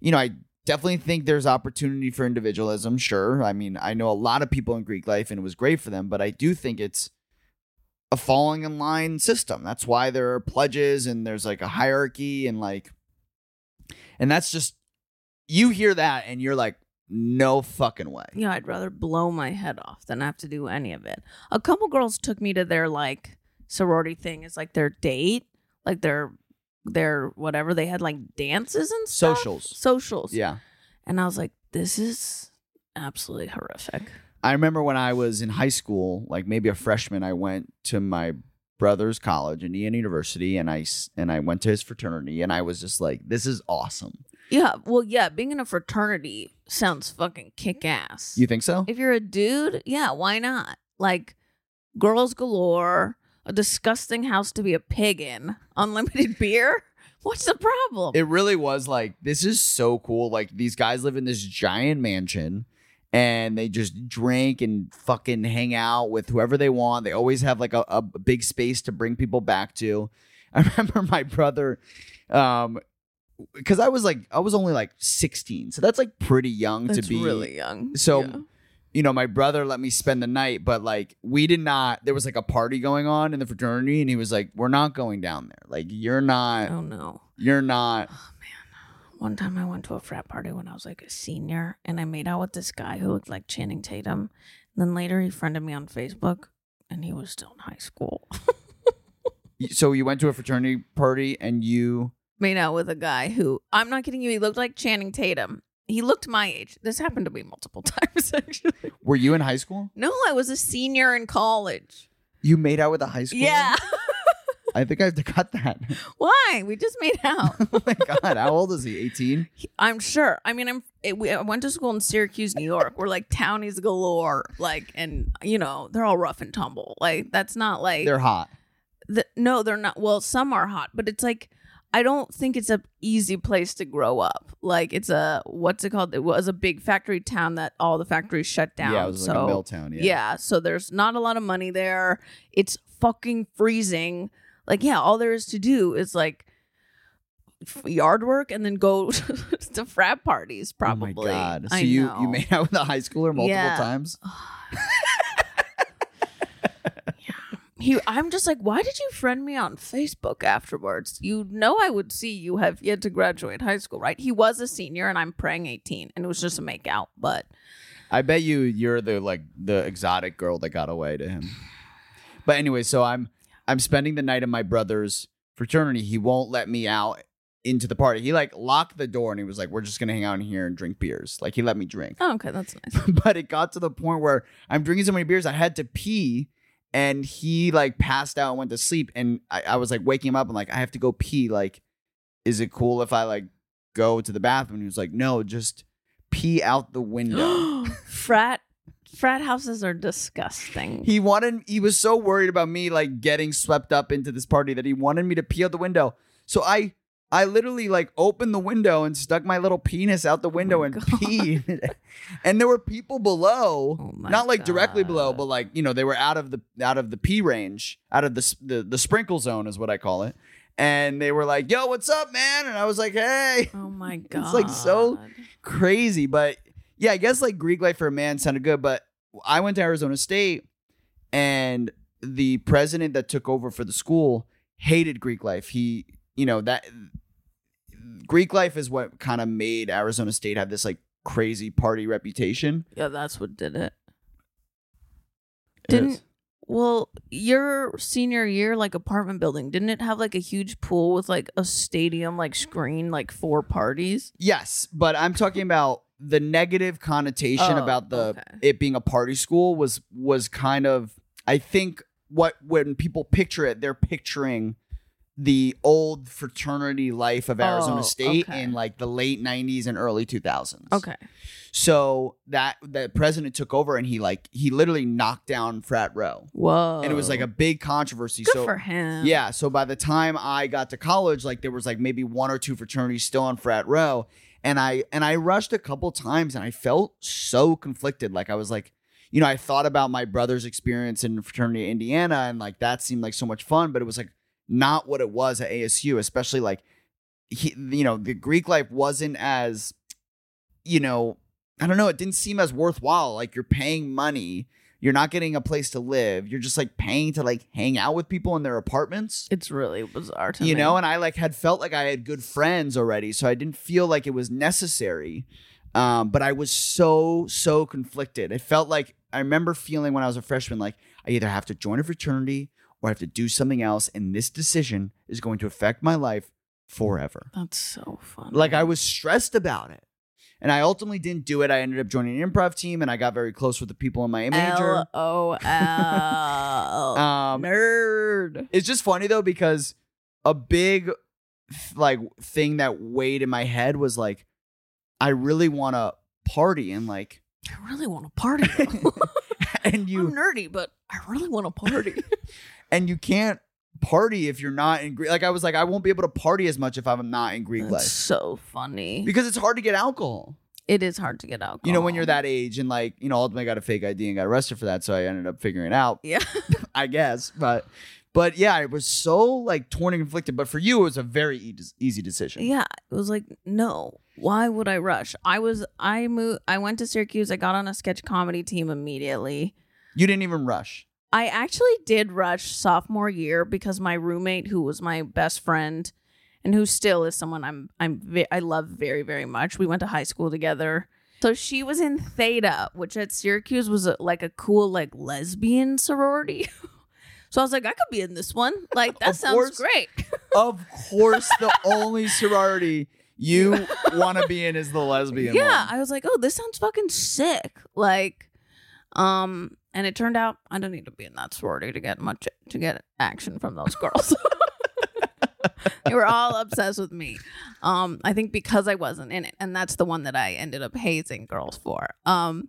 Speaker 2: you know, I definitely think there's opportunity for individualism. Sure. I mean, I know a lot of people in Greek life and it was great for them, but I do think it's a falling in line system. That's why there are pledges and there's like a hierarchy and like, and that's just, you hear that and you're like, no fucking way.
Speaker 1: Yeah, I'd rather blow my head off than have to do any of it. A couple girls took me to their like sorority thing. It's like their date, like their their whatever they had like dances and stuff.
Speaker 2: Socials.
Speaker 1: socials.
Speaker 2: Yeah.
Speaker 1: and I was like, this is absolutely horrific.
Speaker 2: I remember when I was in high school, like maybe a freshman, I went to my brother's college, Indiana University, and I s- and I went to his fraternity, and I was just like, "This is awesome."
Speaker 1: Yeah, well, yeah, being in a fraternity sounds fucking kick ass.
Speaker 2: You think so?
Speaker 1: if you're a dude, yeah, why not? Like girls galore, a disgusting house to be a pig in, unlimited beer. What's the problem?
Speaker 2: It really was like, this is so cool. Like these guys live in this giant mansion and they just drink and fucking hang out with whoever they want. They always have like a, a big space to bring people back to. I remember my brother, um, because I was like, I was only like 16. So that's like pretty young
Speaker 1: That's
Speaker 2: to be
Speaker 1: really young.
Speaker 2: So
Speaker 1: yeah.
Speaker 2: you know, my brother let me spend the night, but like we did not there was like a party going on in the fraternity and he was like, We're not going down there. Like you're not
Speaker 1: oh no.
Speaker 2: you're not
Speaker 1: One time I went to a frat party when I was like a senior and I made out with this guy who looked like Channing Tatum. And then later he friended me on Facebook and he was still in high school.
Speaker 2: so you went to a fraternity party and you
Speaker 1: made out with a guy who I'm not kidding you, he looked like Channing Tatum. He looked my age. This happened to me multiple times actually.
Speaker 2: were you in high school?
Speaker 1: No, I was a senior in college.
Speaker 2: You made out with a high school?
Speaker 1: Yeah.
Speaker 2: I think I have to cut that.
Speaker 1: Why? We just made out.
Speaker 2: oh my god, how old is he? 18?
Speaker 1: I'm sure. I mean, I'm. It, we, I went to school in Syracuse, New York. We're like townies galore. Like, and you know, they're all rough and tumble. Like, that's not like.
Speaker 2: They're hot.
Speaker 1: the, no, they're not. Well, some are hot, but it's like I don't think it's a easy place to grow up. Like, it's a what's it called? It was a big factory town that all the factories shut down.
Speaker 2: Yeah, it was
Speaker 1: so
Speaker 2: like a mill town. Yeah.
Speaker 1: Yeah. So there's not a lot of money there. It's fucking freezing. Like, yeah, all there is to do is like f- yard work and then go to frat parties, probably.
Speaker 2: Oh my god. So
Speaker 1: I
Speaker 2: you
Speaker 1: know.
Speaker 2: you made out with a high schooler multiple
Speaker 1: Yeah.
Speaker 2: times?
Speaker 1: He, I'm just like, why did you friend me on Facebook afterwards? You know, I would see you have yet to graduate high school, right? He was a senior, and I'm praying 18, and it was just a make out, but
Speaker 2: I bet you you're the like the exotic girl that got away to him. But anyway, so I'm I'm spending the night at my brother's fraternity. He won't let me out into the party. He like locked the door and he was like, "We're just gonna hang out in here and drink beers." Like he let me drink,
Speaker 1: oh, okay, that's nice.
Speaker 2: but it got to the point where I'm drinking so many beers I had to pee, and he like passed out and went to sleep. And I, I was like waking him up and like I have to go pee. Like, is it cool if I like go to the bathroom? And he was like, "No, just pee out the window."
Speaker 1: Frat Frat houses are disgusting.
Speaker 2: He wanted he was so worried about me like getting swept up into this party that he wanted me to pee out the window. So I I literally like opened the window and stuck my little penis out the window and peed. and there were people below,
Speaker 1: Oh my
Speaker 2: not like directly
Speaker 1: God.
Speaker 2: below, but like, you know, they were out of the out of the pee range, out of the s- the, the sprinkle zone is what I call it. And they were like, "Yo, what's up, man?" And I was like, "Hey."
Speaker 1: Oh my god.
Speaker 2: It's like so- crazy. But yeah, I guess like Greek life for a man sounded good. But I went to Arizona State, and the president that took over for the school hated Greek life. He, you know, that Greek life is what kind of made Arizona State have this like crazy party reputation.
Speaker 1: Yeah, that's what did it.
Speaker 2: It
Speaker 1: Didn't-
Speaker 2: is.
Speaker 1: Well, your senior year, like apartment building, didn't it have like a huge pool with like a stadium, like screen, like four parties?
Speaker 2: Yes, but I'm talking about the negative connotation
Speaker 1: Oh,
Speaker 2: about the
Speaker 1: okay.
Speaker 2: it being a party school was was kind of I think what when people picture it, they're picturing the old fraternity life of Arizona
Speaker 1: Oh,
Speaker 2: State
Speaker 1: okay.
Speaker 2: in like the late 90s and early 2000s.
Speaker 1: Okay.
Speaker 2: So that the president took over and he like he literally knocked down frat row.
Speaker 1: Whoa.
Speaker 2: And it was like a big controversy.
Speaker 1: Oh. good
Speaker 2: so
Speaker 1: for him.
Speaker 2: yeah. So by the time I got to college, like there was like maybe one or two fraternities still on frat row, and I and I rushed a couple times, and I felt so conflicted. Like I was like, you know, I thought about my brother's experience in fraternity in Indiana, and like that seemed like so much fun, but it was like not what it was at ASU, especially like he, you know, the Greek life wasn't as, you know, I don't know, it didn't seem as worthwhile. Like you're paying money. You're not getting a place to live. You're just like paying to like hang out with people in their apartments.
Speaker 1: It's really bizarre to
Speaker 2: You
Speaker 1: me.
Speaker 2: know, and I like had felt like I had good friends already, so I didn't feel like it was necessary. Um, but I was so so conflicted. It felt like I remember feeling when I was a freshman, like I either have to join a fraternity or I have to do something else, and this decision is going to affect my life forever.
Speaker 1: That's so fun.
Speaker 2: Like I was stressed about it. And I ultimately didn't do it. I ended up joining an improv team and I got very close with the people in my major.
Speaker 1: L O L
Speaker 2: Um,
Speaker 1: Oh, nerd.
Speaker 2: it's just funny though because a big like thing that weighed in my head was like I really want to party and like
Speaker 4: I really want to party. though.
Speaker 2: and
Speaker 4: I'm
Speaker 2: you
Speaker 4: nerdy, but I really want to party.
Speaker 2: and you can't party if you're not in Greek. Like I was like I won't be able to party as much if I'm not in Greek
Speaker 1: That's
Speaker 2: life
Speaker 1: so funny.
Speaker 2: because it's hard to get alcohol.
Speaker 1: It is hard to get alcohol.
Speaker 2: You know when you're that age and like you know ultimately I got a fake ID and got arrested for that so I ended up figuring it out.
Speaker 1: Yeah.
Speaker 2: I guess. But but yeah, it was so like torn and conflicted. But for you, it was a very e- easy decision.
Speaker 1: Yeah, it was like, no, why would I rush? I was, I moved, I went to Syracuse. I got on a sketch comedy team immediately.
Speaker 2: You didn't even rush.
Speaker 1: I actually did rush sophomore year because my roommate, who was my best friend, and who still is someone I'm, I'm, ve- I love very, very much. We went to high school together. So she was in Theta, which at Syracuse was a, like a cool like lesbian sorority. so I was like, I could be in this one. Like that
Speaker 2: Of
Speaker 1: sounds
Speaker 2: course.
Speaker 1: great.
Speaker 2: Of course, the only sorority you want to be in is the lesbian.
Speaker 1: yeah
Speaker 2: one.
Speaker 1: i was like oh this sounds fucking sick like um and it turned out i don't need to be in that sorority to get much to get action from those girls they were all obsessed with me um i think because i wasn't in it and that's the one that i ended up hazing girls for um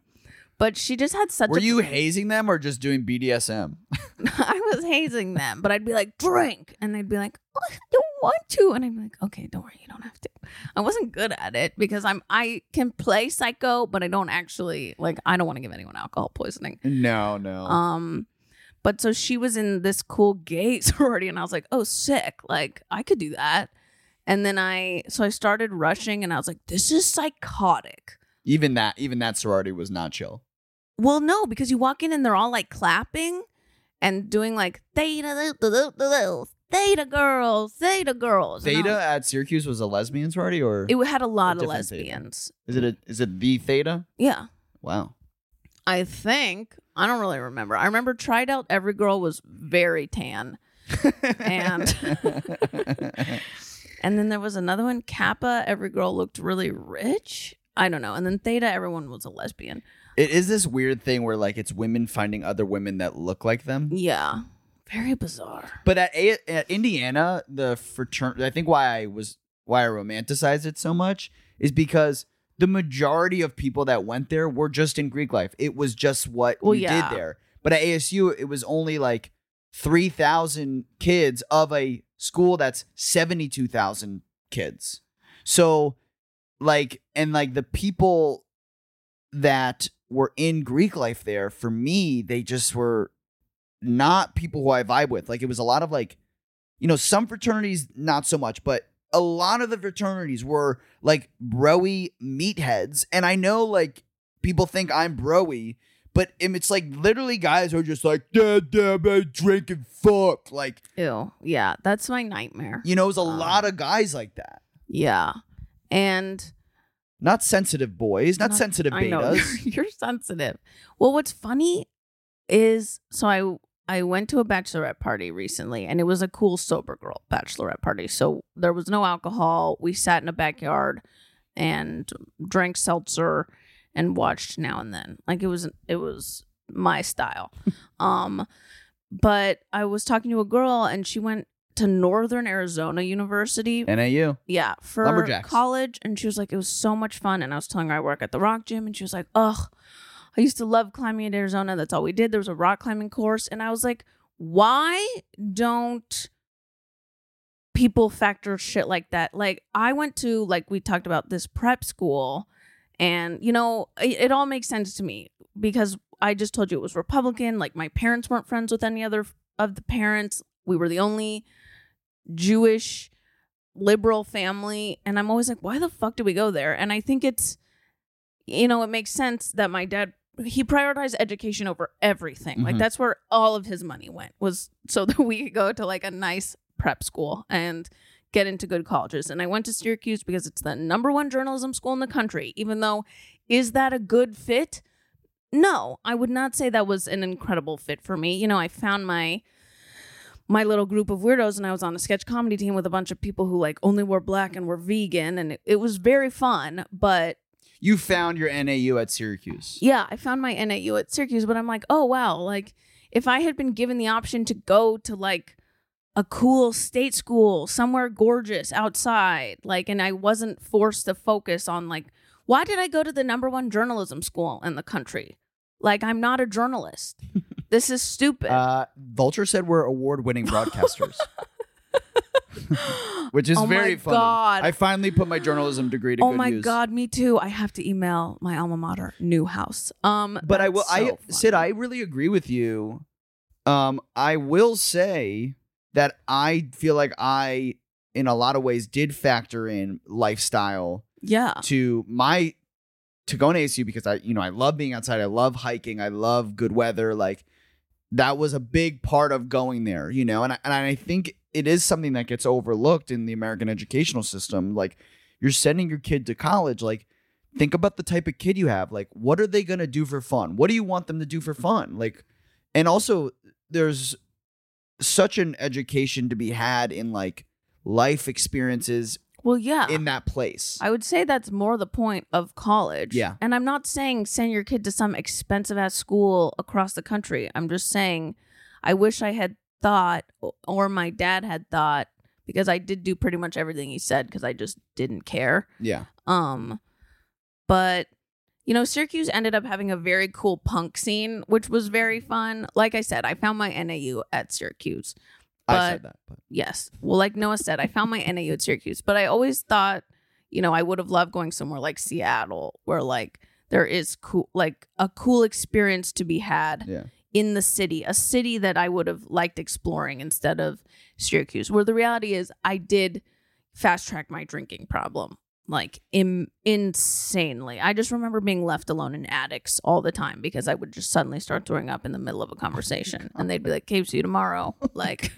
Speaker 1: but she just had such
Speaker 2: Were
Speaker 1: a
Speaker 2: you hazing them or just doing BDSM?
Speaker 1: I was hazing them, but I'd be like, drink. And they'd be like, oh, I don't want to. And I'd be like, okay, don't worry, you don't have to. I wasn't good at it because I'm I can play psycho, but I don't actually like I don't want to give anyone alcohol poisoning.
Speaker 2: No, no.
Speaker 1: Um but so she was in this cool gay sorority and I was like, oh sick, like I could do that. And then I so I started rushing and I was like, this is psychotic.
Speaker 2: even that, even that sorority was not chill.
Speaker 1: Well, no, because you walk in and they're all like clapping and doing like theta theta, theta girls, theta girls. and I
Speaker 2: Theta
Speaker 1: was-
Speaker 2: at Syracuse was a lesbian sorority, or
Speaker 1: It had a lot
Speaker 2: A
Speaker 1: of
Speaker 2: different Theta.
Speaker 1: lesbians.
Speaker 2: is it? A, is it the Theta?
Speaker 1: Yeah,
Speaker 2: Wow.
Speaker 1: I think I don't really remember. I remember tried out. Every girl was very tan, And- and then there was another one Kappa. Every girl looked really rich. I don't know. And then Theta, everyone was a lesbian.
Speaker 2: It is this weird thing where like it's women finding other women that look like them.
Speaker 1: Yeah, very bizarre.
Speaker 2: But at, a- at Indiana, the fraternity, I think why I was why I romanticized it so much is because the majority of people that went there were just in Greek life. It was just what
Speaker 1: Well,
Speaker 2: you
Speaker 1: yeah.
Speaker 2: did there. But at ASU, it was only like 3,000 kids of a school that's 72,000 kids. So, like, and like the people that were in Greek life there, for me, they just were not people who I vibe with. Like, it was a lot of like, you know, some fraternities, not so much, but a lot of the fraternities were like broy meatheads. And I know like people think I'm broy, but im- it's like literally guys who are just like, yeah, yeah, man, drink and fuck. Like,
Speaker 1: Ew. Yeah, that's my nightmare.
Speaker 2: you know, it was a
Speaker 1: Um,
Speaker 2: lot of guys like that.
Speaker 1: yeah. And
Speaker 2: Not sensitive boys, not,
Speaker 1: Not-
Speaker 2: sensitive
Speaker 1: I know
Speaker 2: betas.
Speaker 1: you're, you're sensitive. Well, what's funny is so I I went to a bachelorette party recently, and it was a cool sober girl bachelorette party. So there was no alcohol. We sat in a backyard and drank seltzer and watched now and then. Like it was it was my style. um, but I was talking to a girl, and she went to Northern Arizona University
Speaker 2: NAU.
Speaker 1: yeah, for
Speaker 2: Lumberjacks.
Speaker 1: college. And she was like, it was so much fun. And I was telling her I work at the rock gym. And she was like, ugh, I used to love climbing in Arizona. That's all we did. There was a rock climbing course. And I was like, why don't people factor shit like that? Like, I went to, like, we talked about this prep school. And, you know, it, it all makes sense to me because I just told you it was Republican. Like, my parents weren't friends with any other of the parents. We were the only Jewish liberal family and i'm always like why the fuck do we go there and i think it's you know it makes sense that my dad he prioritized education over everything like
Speaker 2: Mhm.
Speaker 1: that's where all of his money went was so that we could go to like a nice prep school and get into good colleges and i went to syracuse because it's the number one journalism school in the country even though is that a good fit no i would not say that was an incredible fit for me you know i found my my little group of weirdos and I was on a sketch comedy team with a bunch of people who like only wore black and were vegan and it, it was very fun but
Speaker 2: You found your NAU at Syracuse.
Speaker 1: yeah I found my NAU at Syracuse but I'm like oh wow like if I had been given the option to go to like a cool state school somewhere gorgeous outside like and I wasn't forced to focus on like why did I go to the number one journalism school in the country like I'm not a journalist this is stupid
Speaker 2: Uh, Vulture said we're award-winning broadcasters, which is
Speaker 1: Oh my
Speaker 2: very funny.
Speaker 1: God.
Speaker 2: I finally put my journalism degree to
Speaker 1: oh
Speaker 2: good
Speaker 1: my
Speaker 2: use.
Speaker 1: god me too i have to email my alma mater newhouse um
Speaker 2: But I
Speaker 1: that's
Speaker 2: will. I
Speaker 1: so
Speaker 2: Sid,
Speaker 1: funny.
Speaker 2: I really agree with you. Um, I will say that I feel like I, in a lot of ways, did factor in lifestyle
Speaker 1: yeah
Speaker 2: to my to going to ASU because I, you know, I love being outside. I love hiking. I love good weather. Like that was a big part of going there, you know. And I, and I think it is something that gets overlooked in the American educational system. Like you're sending your kid to college. Like think about the type of kid you have. Like what are they gonna do for fun? What do you want them to do for fun? Like, and also there's such an education to be had in like life experiences
Speaker 1: well yeah
Speaker 2: in that place.
Speaker 1: Uh, i would say that's more the point of college
Speaker 2: Yeah.
Speaker 1: and i'm not saying send your kid to some expensive ass school across the country i'm just saying i wish i had thought or my dad had thought because i did do pretty much everything he said because i just didn't care
Speaker 2: yeah.
Speaker 1: Um, but you know, Syracuse ended up having a very cool punk scene, which was very fun. Like I said, I found my NAU at Syracuse.
Speaker 2: I said that. But.
Speaker 1: Yes. Well, like Noah said, I found my NAU at Syracuse, but I always thought, you know, I would have loved going somewhere like Seattle, where like there is cool, like a cool experience to be had
Speaker 2: Yeah.
Speaker 1: in the city, a city that I would have liked exploring instead of Syracuse, where the reality is I did fast track my drinking problem like Im- insanely. I just remember being left alone in attics all the time because I would just suddenly start throwing up in the middle of a conversation and they'd be like, Cave, see you tomorrow. Like,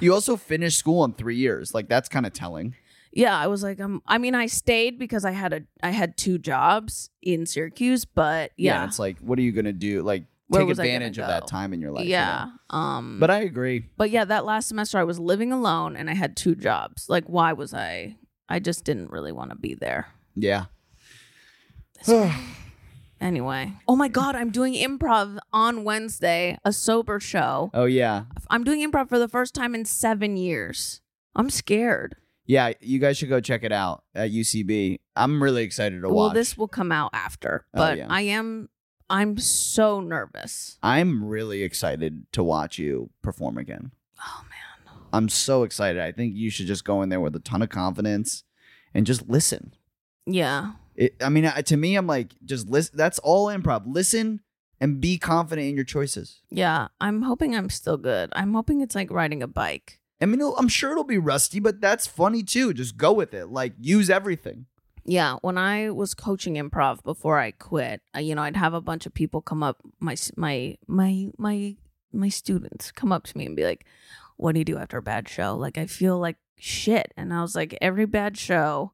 Speaker 2: You also finished school in three years. Like that's kind of telling.
Speaker 1: yeah i was like um, i mean i stayed because i had a i had two jobs in syracuse but yeah
Speaker 2: It's like, what are you gonna do? Like
Speaker 1: Where
Speaker 2: take
Speaker 1: was I gonna
Speaker 2: advantage of that
Speaker 1: go?
Speaker 2: time in your
Speaker 1: yeah,
Speaker 2: life.
Speaker 1: um
Speaker 2: But I agree.
Speaker 1: but yeah that last semester i was living alone and i had two jobs like why was i i just didn't really want to be there
Speaker 2: Yeah.
Speaker 1: anyway oh my god i'm doing improv on wednesday a sober show
Speaker 2: oh yeah.
Speaker 1: i'm doing improv for the first time in seven years i'm scared
Speaker 2: yeah, you guys should go check it out at UCB. I'm really excited to
Speaker 1: Well,
Speaker 2: watch.
Speaker 1: this will come out after,
Speaker 2: Oh,
Speaker 1: but
Speaker 2: yeah.
Speaker 1: I am I'm so nervous.
Speaker 2: I'm really excited to watch you perform again.
Speaker 1: Oh man.
Speaker 2: I'm so excited. I think you should just go in there with a ton of confidence and just listen.
Speaker 1: Yeah.
Speaker 2: It, I mean, I- to me, I'm like, just listen. That's all improv. Listen and be confident in your choices.
Speaker 1: Yeah, I'm hoping I'm still good. I'm hoping it's like riding a bike.
Speaker 2: I mean, it'll- I'm sure it'll be rusty, but that's funny too. Just go with it. Like, use everything.
Speaker 1: Yeah, when I was coaching improv before I quit, uh, you know, I'd have a bunch of people come up my s- my my my my students come up to me and be like, "What do you do after a bad show?" Like I feel like shit, and I was like, every bad show,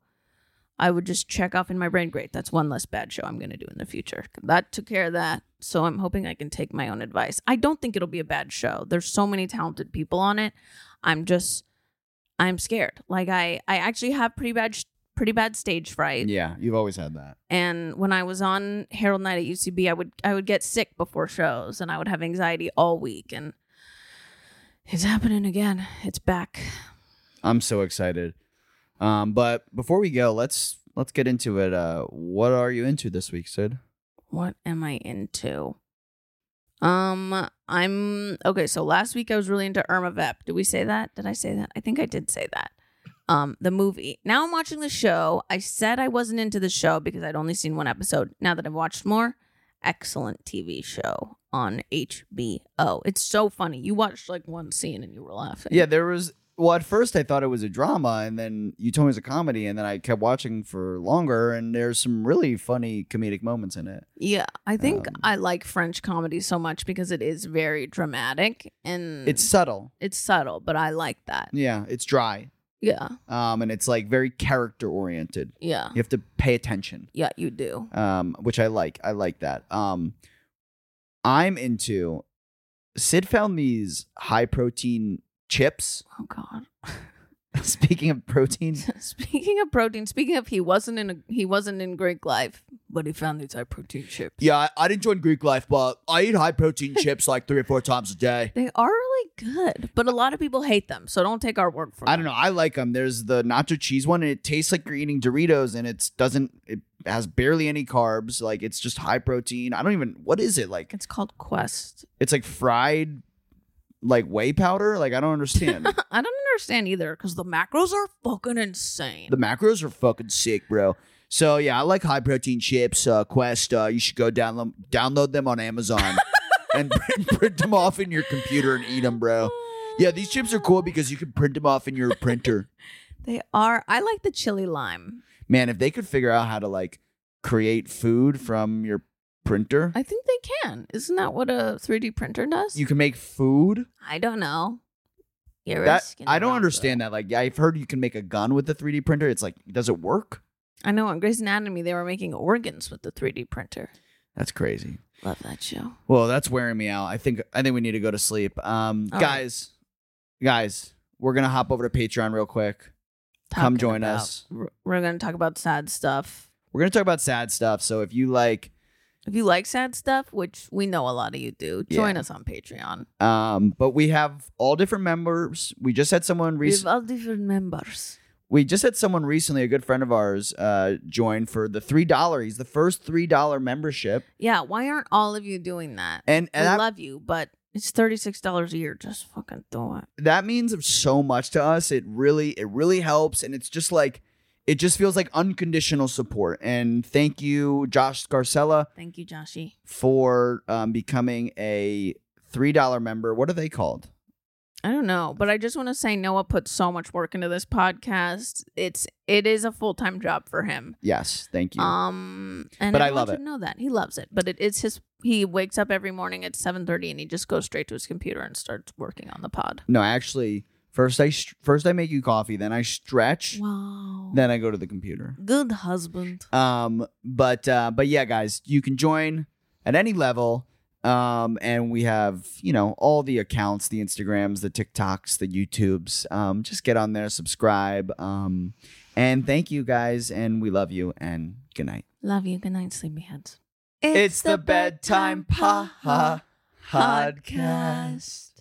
Speaker 1: I would just check off in my brain, "Great, that's one less bad show I'm going to do in the future." That took care of that. So I'm hoping I can take my own advice. I don't think it'll be a bad show. There's so many talented people on it. I'm just I'm scared. Like I I actually have pretty bad sh- pretty bad stage fright
Speaker 2: Yeah, you've always had that.
Speaker 1: and when I was on Herald Night at UCB, I would I would get sick before shows, and I would have anxiety all week. And it's happening again. It's back.
Speaker 2: I'm so excited. Um, but before we go, let's let's get into it. Uh, what are you into this week, Sid?
Speaker 1: What am I into? Um, I'm okay. So last week I was really into Irma Vep. Did we say that? Did I say that? I think I did say that. Um, the movie. Now I'm watching the show. I said I wasn't into the show because I'd only seen one episode. Now that I've watched more, excellent TV show on HBO. It's so funny. You watched like one scene and you were laughing.
Speaker 2: Yeah, there was. Well, at first I thought it was a drama, and then you told me it was a comedy, and then I kept watching for longer, and there's some really funny comedic moments in it.
Speaker 1: Yeah. I think
Speaker 2: Um,
Speaker 1: I like French comedy so much because it is very dramatic and
Speaker 2: It's subtle.
Speaker 1: it's subtle, but I like that.
Speaker 2: Yeah, it's dry,
Speaker 1: Yeah.
Speaker 2: um, and it's like very character oriented.
Speaker 1: Yeah.
Speaker 2: You have to pay attention,
Speaker 1: Yeah, you do.
Speaker 2: um, which I like. I like that. Um, I'm into. Sid found these high protein chips.
Speaker 1: Oh God.
Speaker 2: Speaking of protein,
Speaker 1: speaking of protein, speaking of he wasn't in a, he wasn't in Greek life, but he found these high protein chips.
Speaker 2: Yeah, I, I didn't join Greek life, but I eat high protein chips like three or four times a day.
Speaker 1: They are really good, but a lot of people hate them, so don't take our word for it.
Speaker 2: I don't know. I like them. There's the nacho cheese one, and it tastes like you're eating Doritos, and it's doesn't. It has barely any carbs. Like it's just high protein. I don't even. What is it like?
Speaker 1: It's called Quest.
Speaker 2: It's like fried, like whey powder. Like I don't understand.
Speaker 1: I don't understand either because the macros are fucking insane.
Speaker 2: the macros are fucking sick, bro. So yeah, I like high protein chips. Uh, Quest. Uh, you should go download download them on Amazon and print, print them off in your computer and eat them, bro.
Speaker 1: Mm.
Speaker 2: Yeah, these chips are cool because you can print them off in your printer.
Speaker 1: They are. I like the chili lime.
Speaker 2: Man, if they could figure out how to like create food from your printer,
Speaker 1: I think they can. Isn't that what a 3D printer does?
Speaker 2: you can make food.
Speaker 1: I don't know. You're
Speaker 2: That
Speaker 1: asking
Speaker 2: I don't
Speaker 1: about
Speaker 2: understand that. Like, I've heard you can make a gun with a 3D printer. It's like, does it work?
Speaker 1: that. I know on Grey's Anatomy they were making organs with the 3D printer.
Speaker 2: That's crazy.
Speaker 1: Love that show.
Speaker 2: Well, that's wearing me out. I think I think we need to go to sleep. Um,
Speaker 1: All right.
Speaker 2: guys, guys, we're gonna hop over to Patreon real quick. Come
Speaker 1: talking
Speaker 2: join
Speaker 1: about-
Speaker 2: us.
Speaker 1: we're- We're going to talk about sad stuff.
Speaker 2: We're gonna talk about sad stuff. So if you like
Speaker 1: If you like sad stuff, which we know a lot of you do, join
Speaker 2: Yeah.
Speaker 1: us on Patreon.
Speaker 2: um, but we have all different members. We just had someone
Speaker 1: We
Speaker 2: recently.
Speaker 1: have all different members.
Speaker 2: we just had someone recently, a good friend of ours, uh, join for the three dollar. He's the first three dollar membership,
Speaker 1: Yeah, why aren't all of you doing that?
Speaker 2: and and
Speaker 1: we
Speaker 2: that,
Speaker 1: love you, but it's thirty six dollars a year. Just fucking do it.
Speaker 2: that means so much to us. It really it really helps, and it's just like it just feels like unconditional support. And thank you, Josh Scarcella,
Speaker 1: Thank you, Joshy.
Speaker 2: for um, becoming a three dollar member. What are they called?
Speaker 1: I don't know, but I just want to say Noah put so much work into this podcast. It's it is a full time job for him.
Speaker 2: Yes, thank you.
Speaker 1: Um, and
Speaker 2: But I
Speaker 1: everyone
Speaker 2: love
Speaker 1: should
Speaker 2: it.
Speaker 1: Know that he loves it, but it is his. He wakes up every morning at seven thirty, and he just goes straight to his computer and starts working on the pod.
Speaker 2: no, actually, first I st- first I make you coffee, then I stretch,
Speaker 1: Wow.
Speaker 2: then I go to the computer.
Speaker 1: Good husband.
Speaker 2: Um, but uh, but yeah, guys, you can join at any level. Um, and we have you know all the accounts, the Instagrams, the TikToks, the YouTubes. Um, just get on there, subscribe. Um, and thank you guys, and we love you, and good night.
Speaker 1: Love you. Good night, sleepy heads.
Speaker 2: It's the Bedtime Pa- Podcast.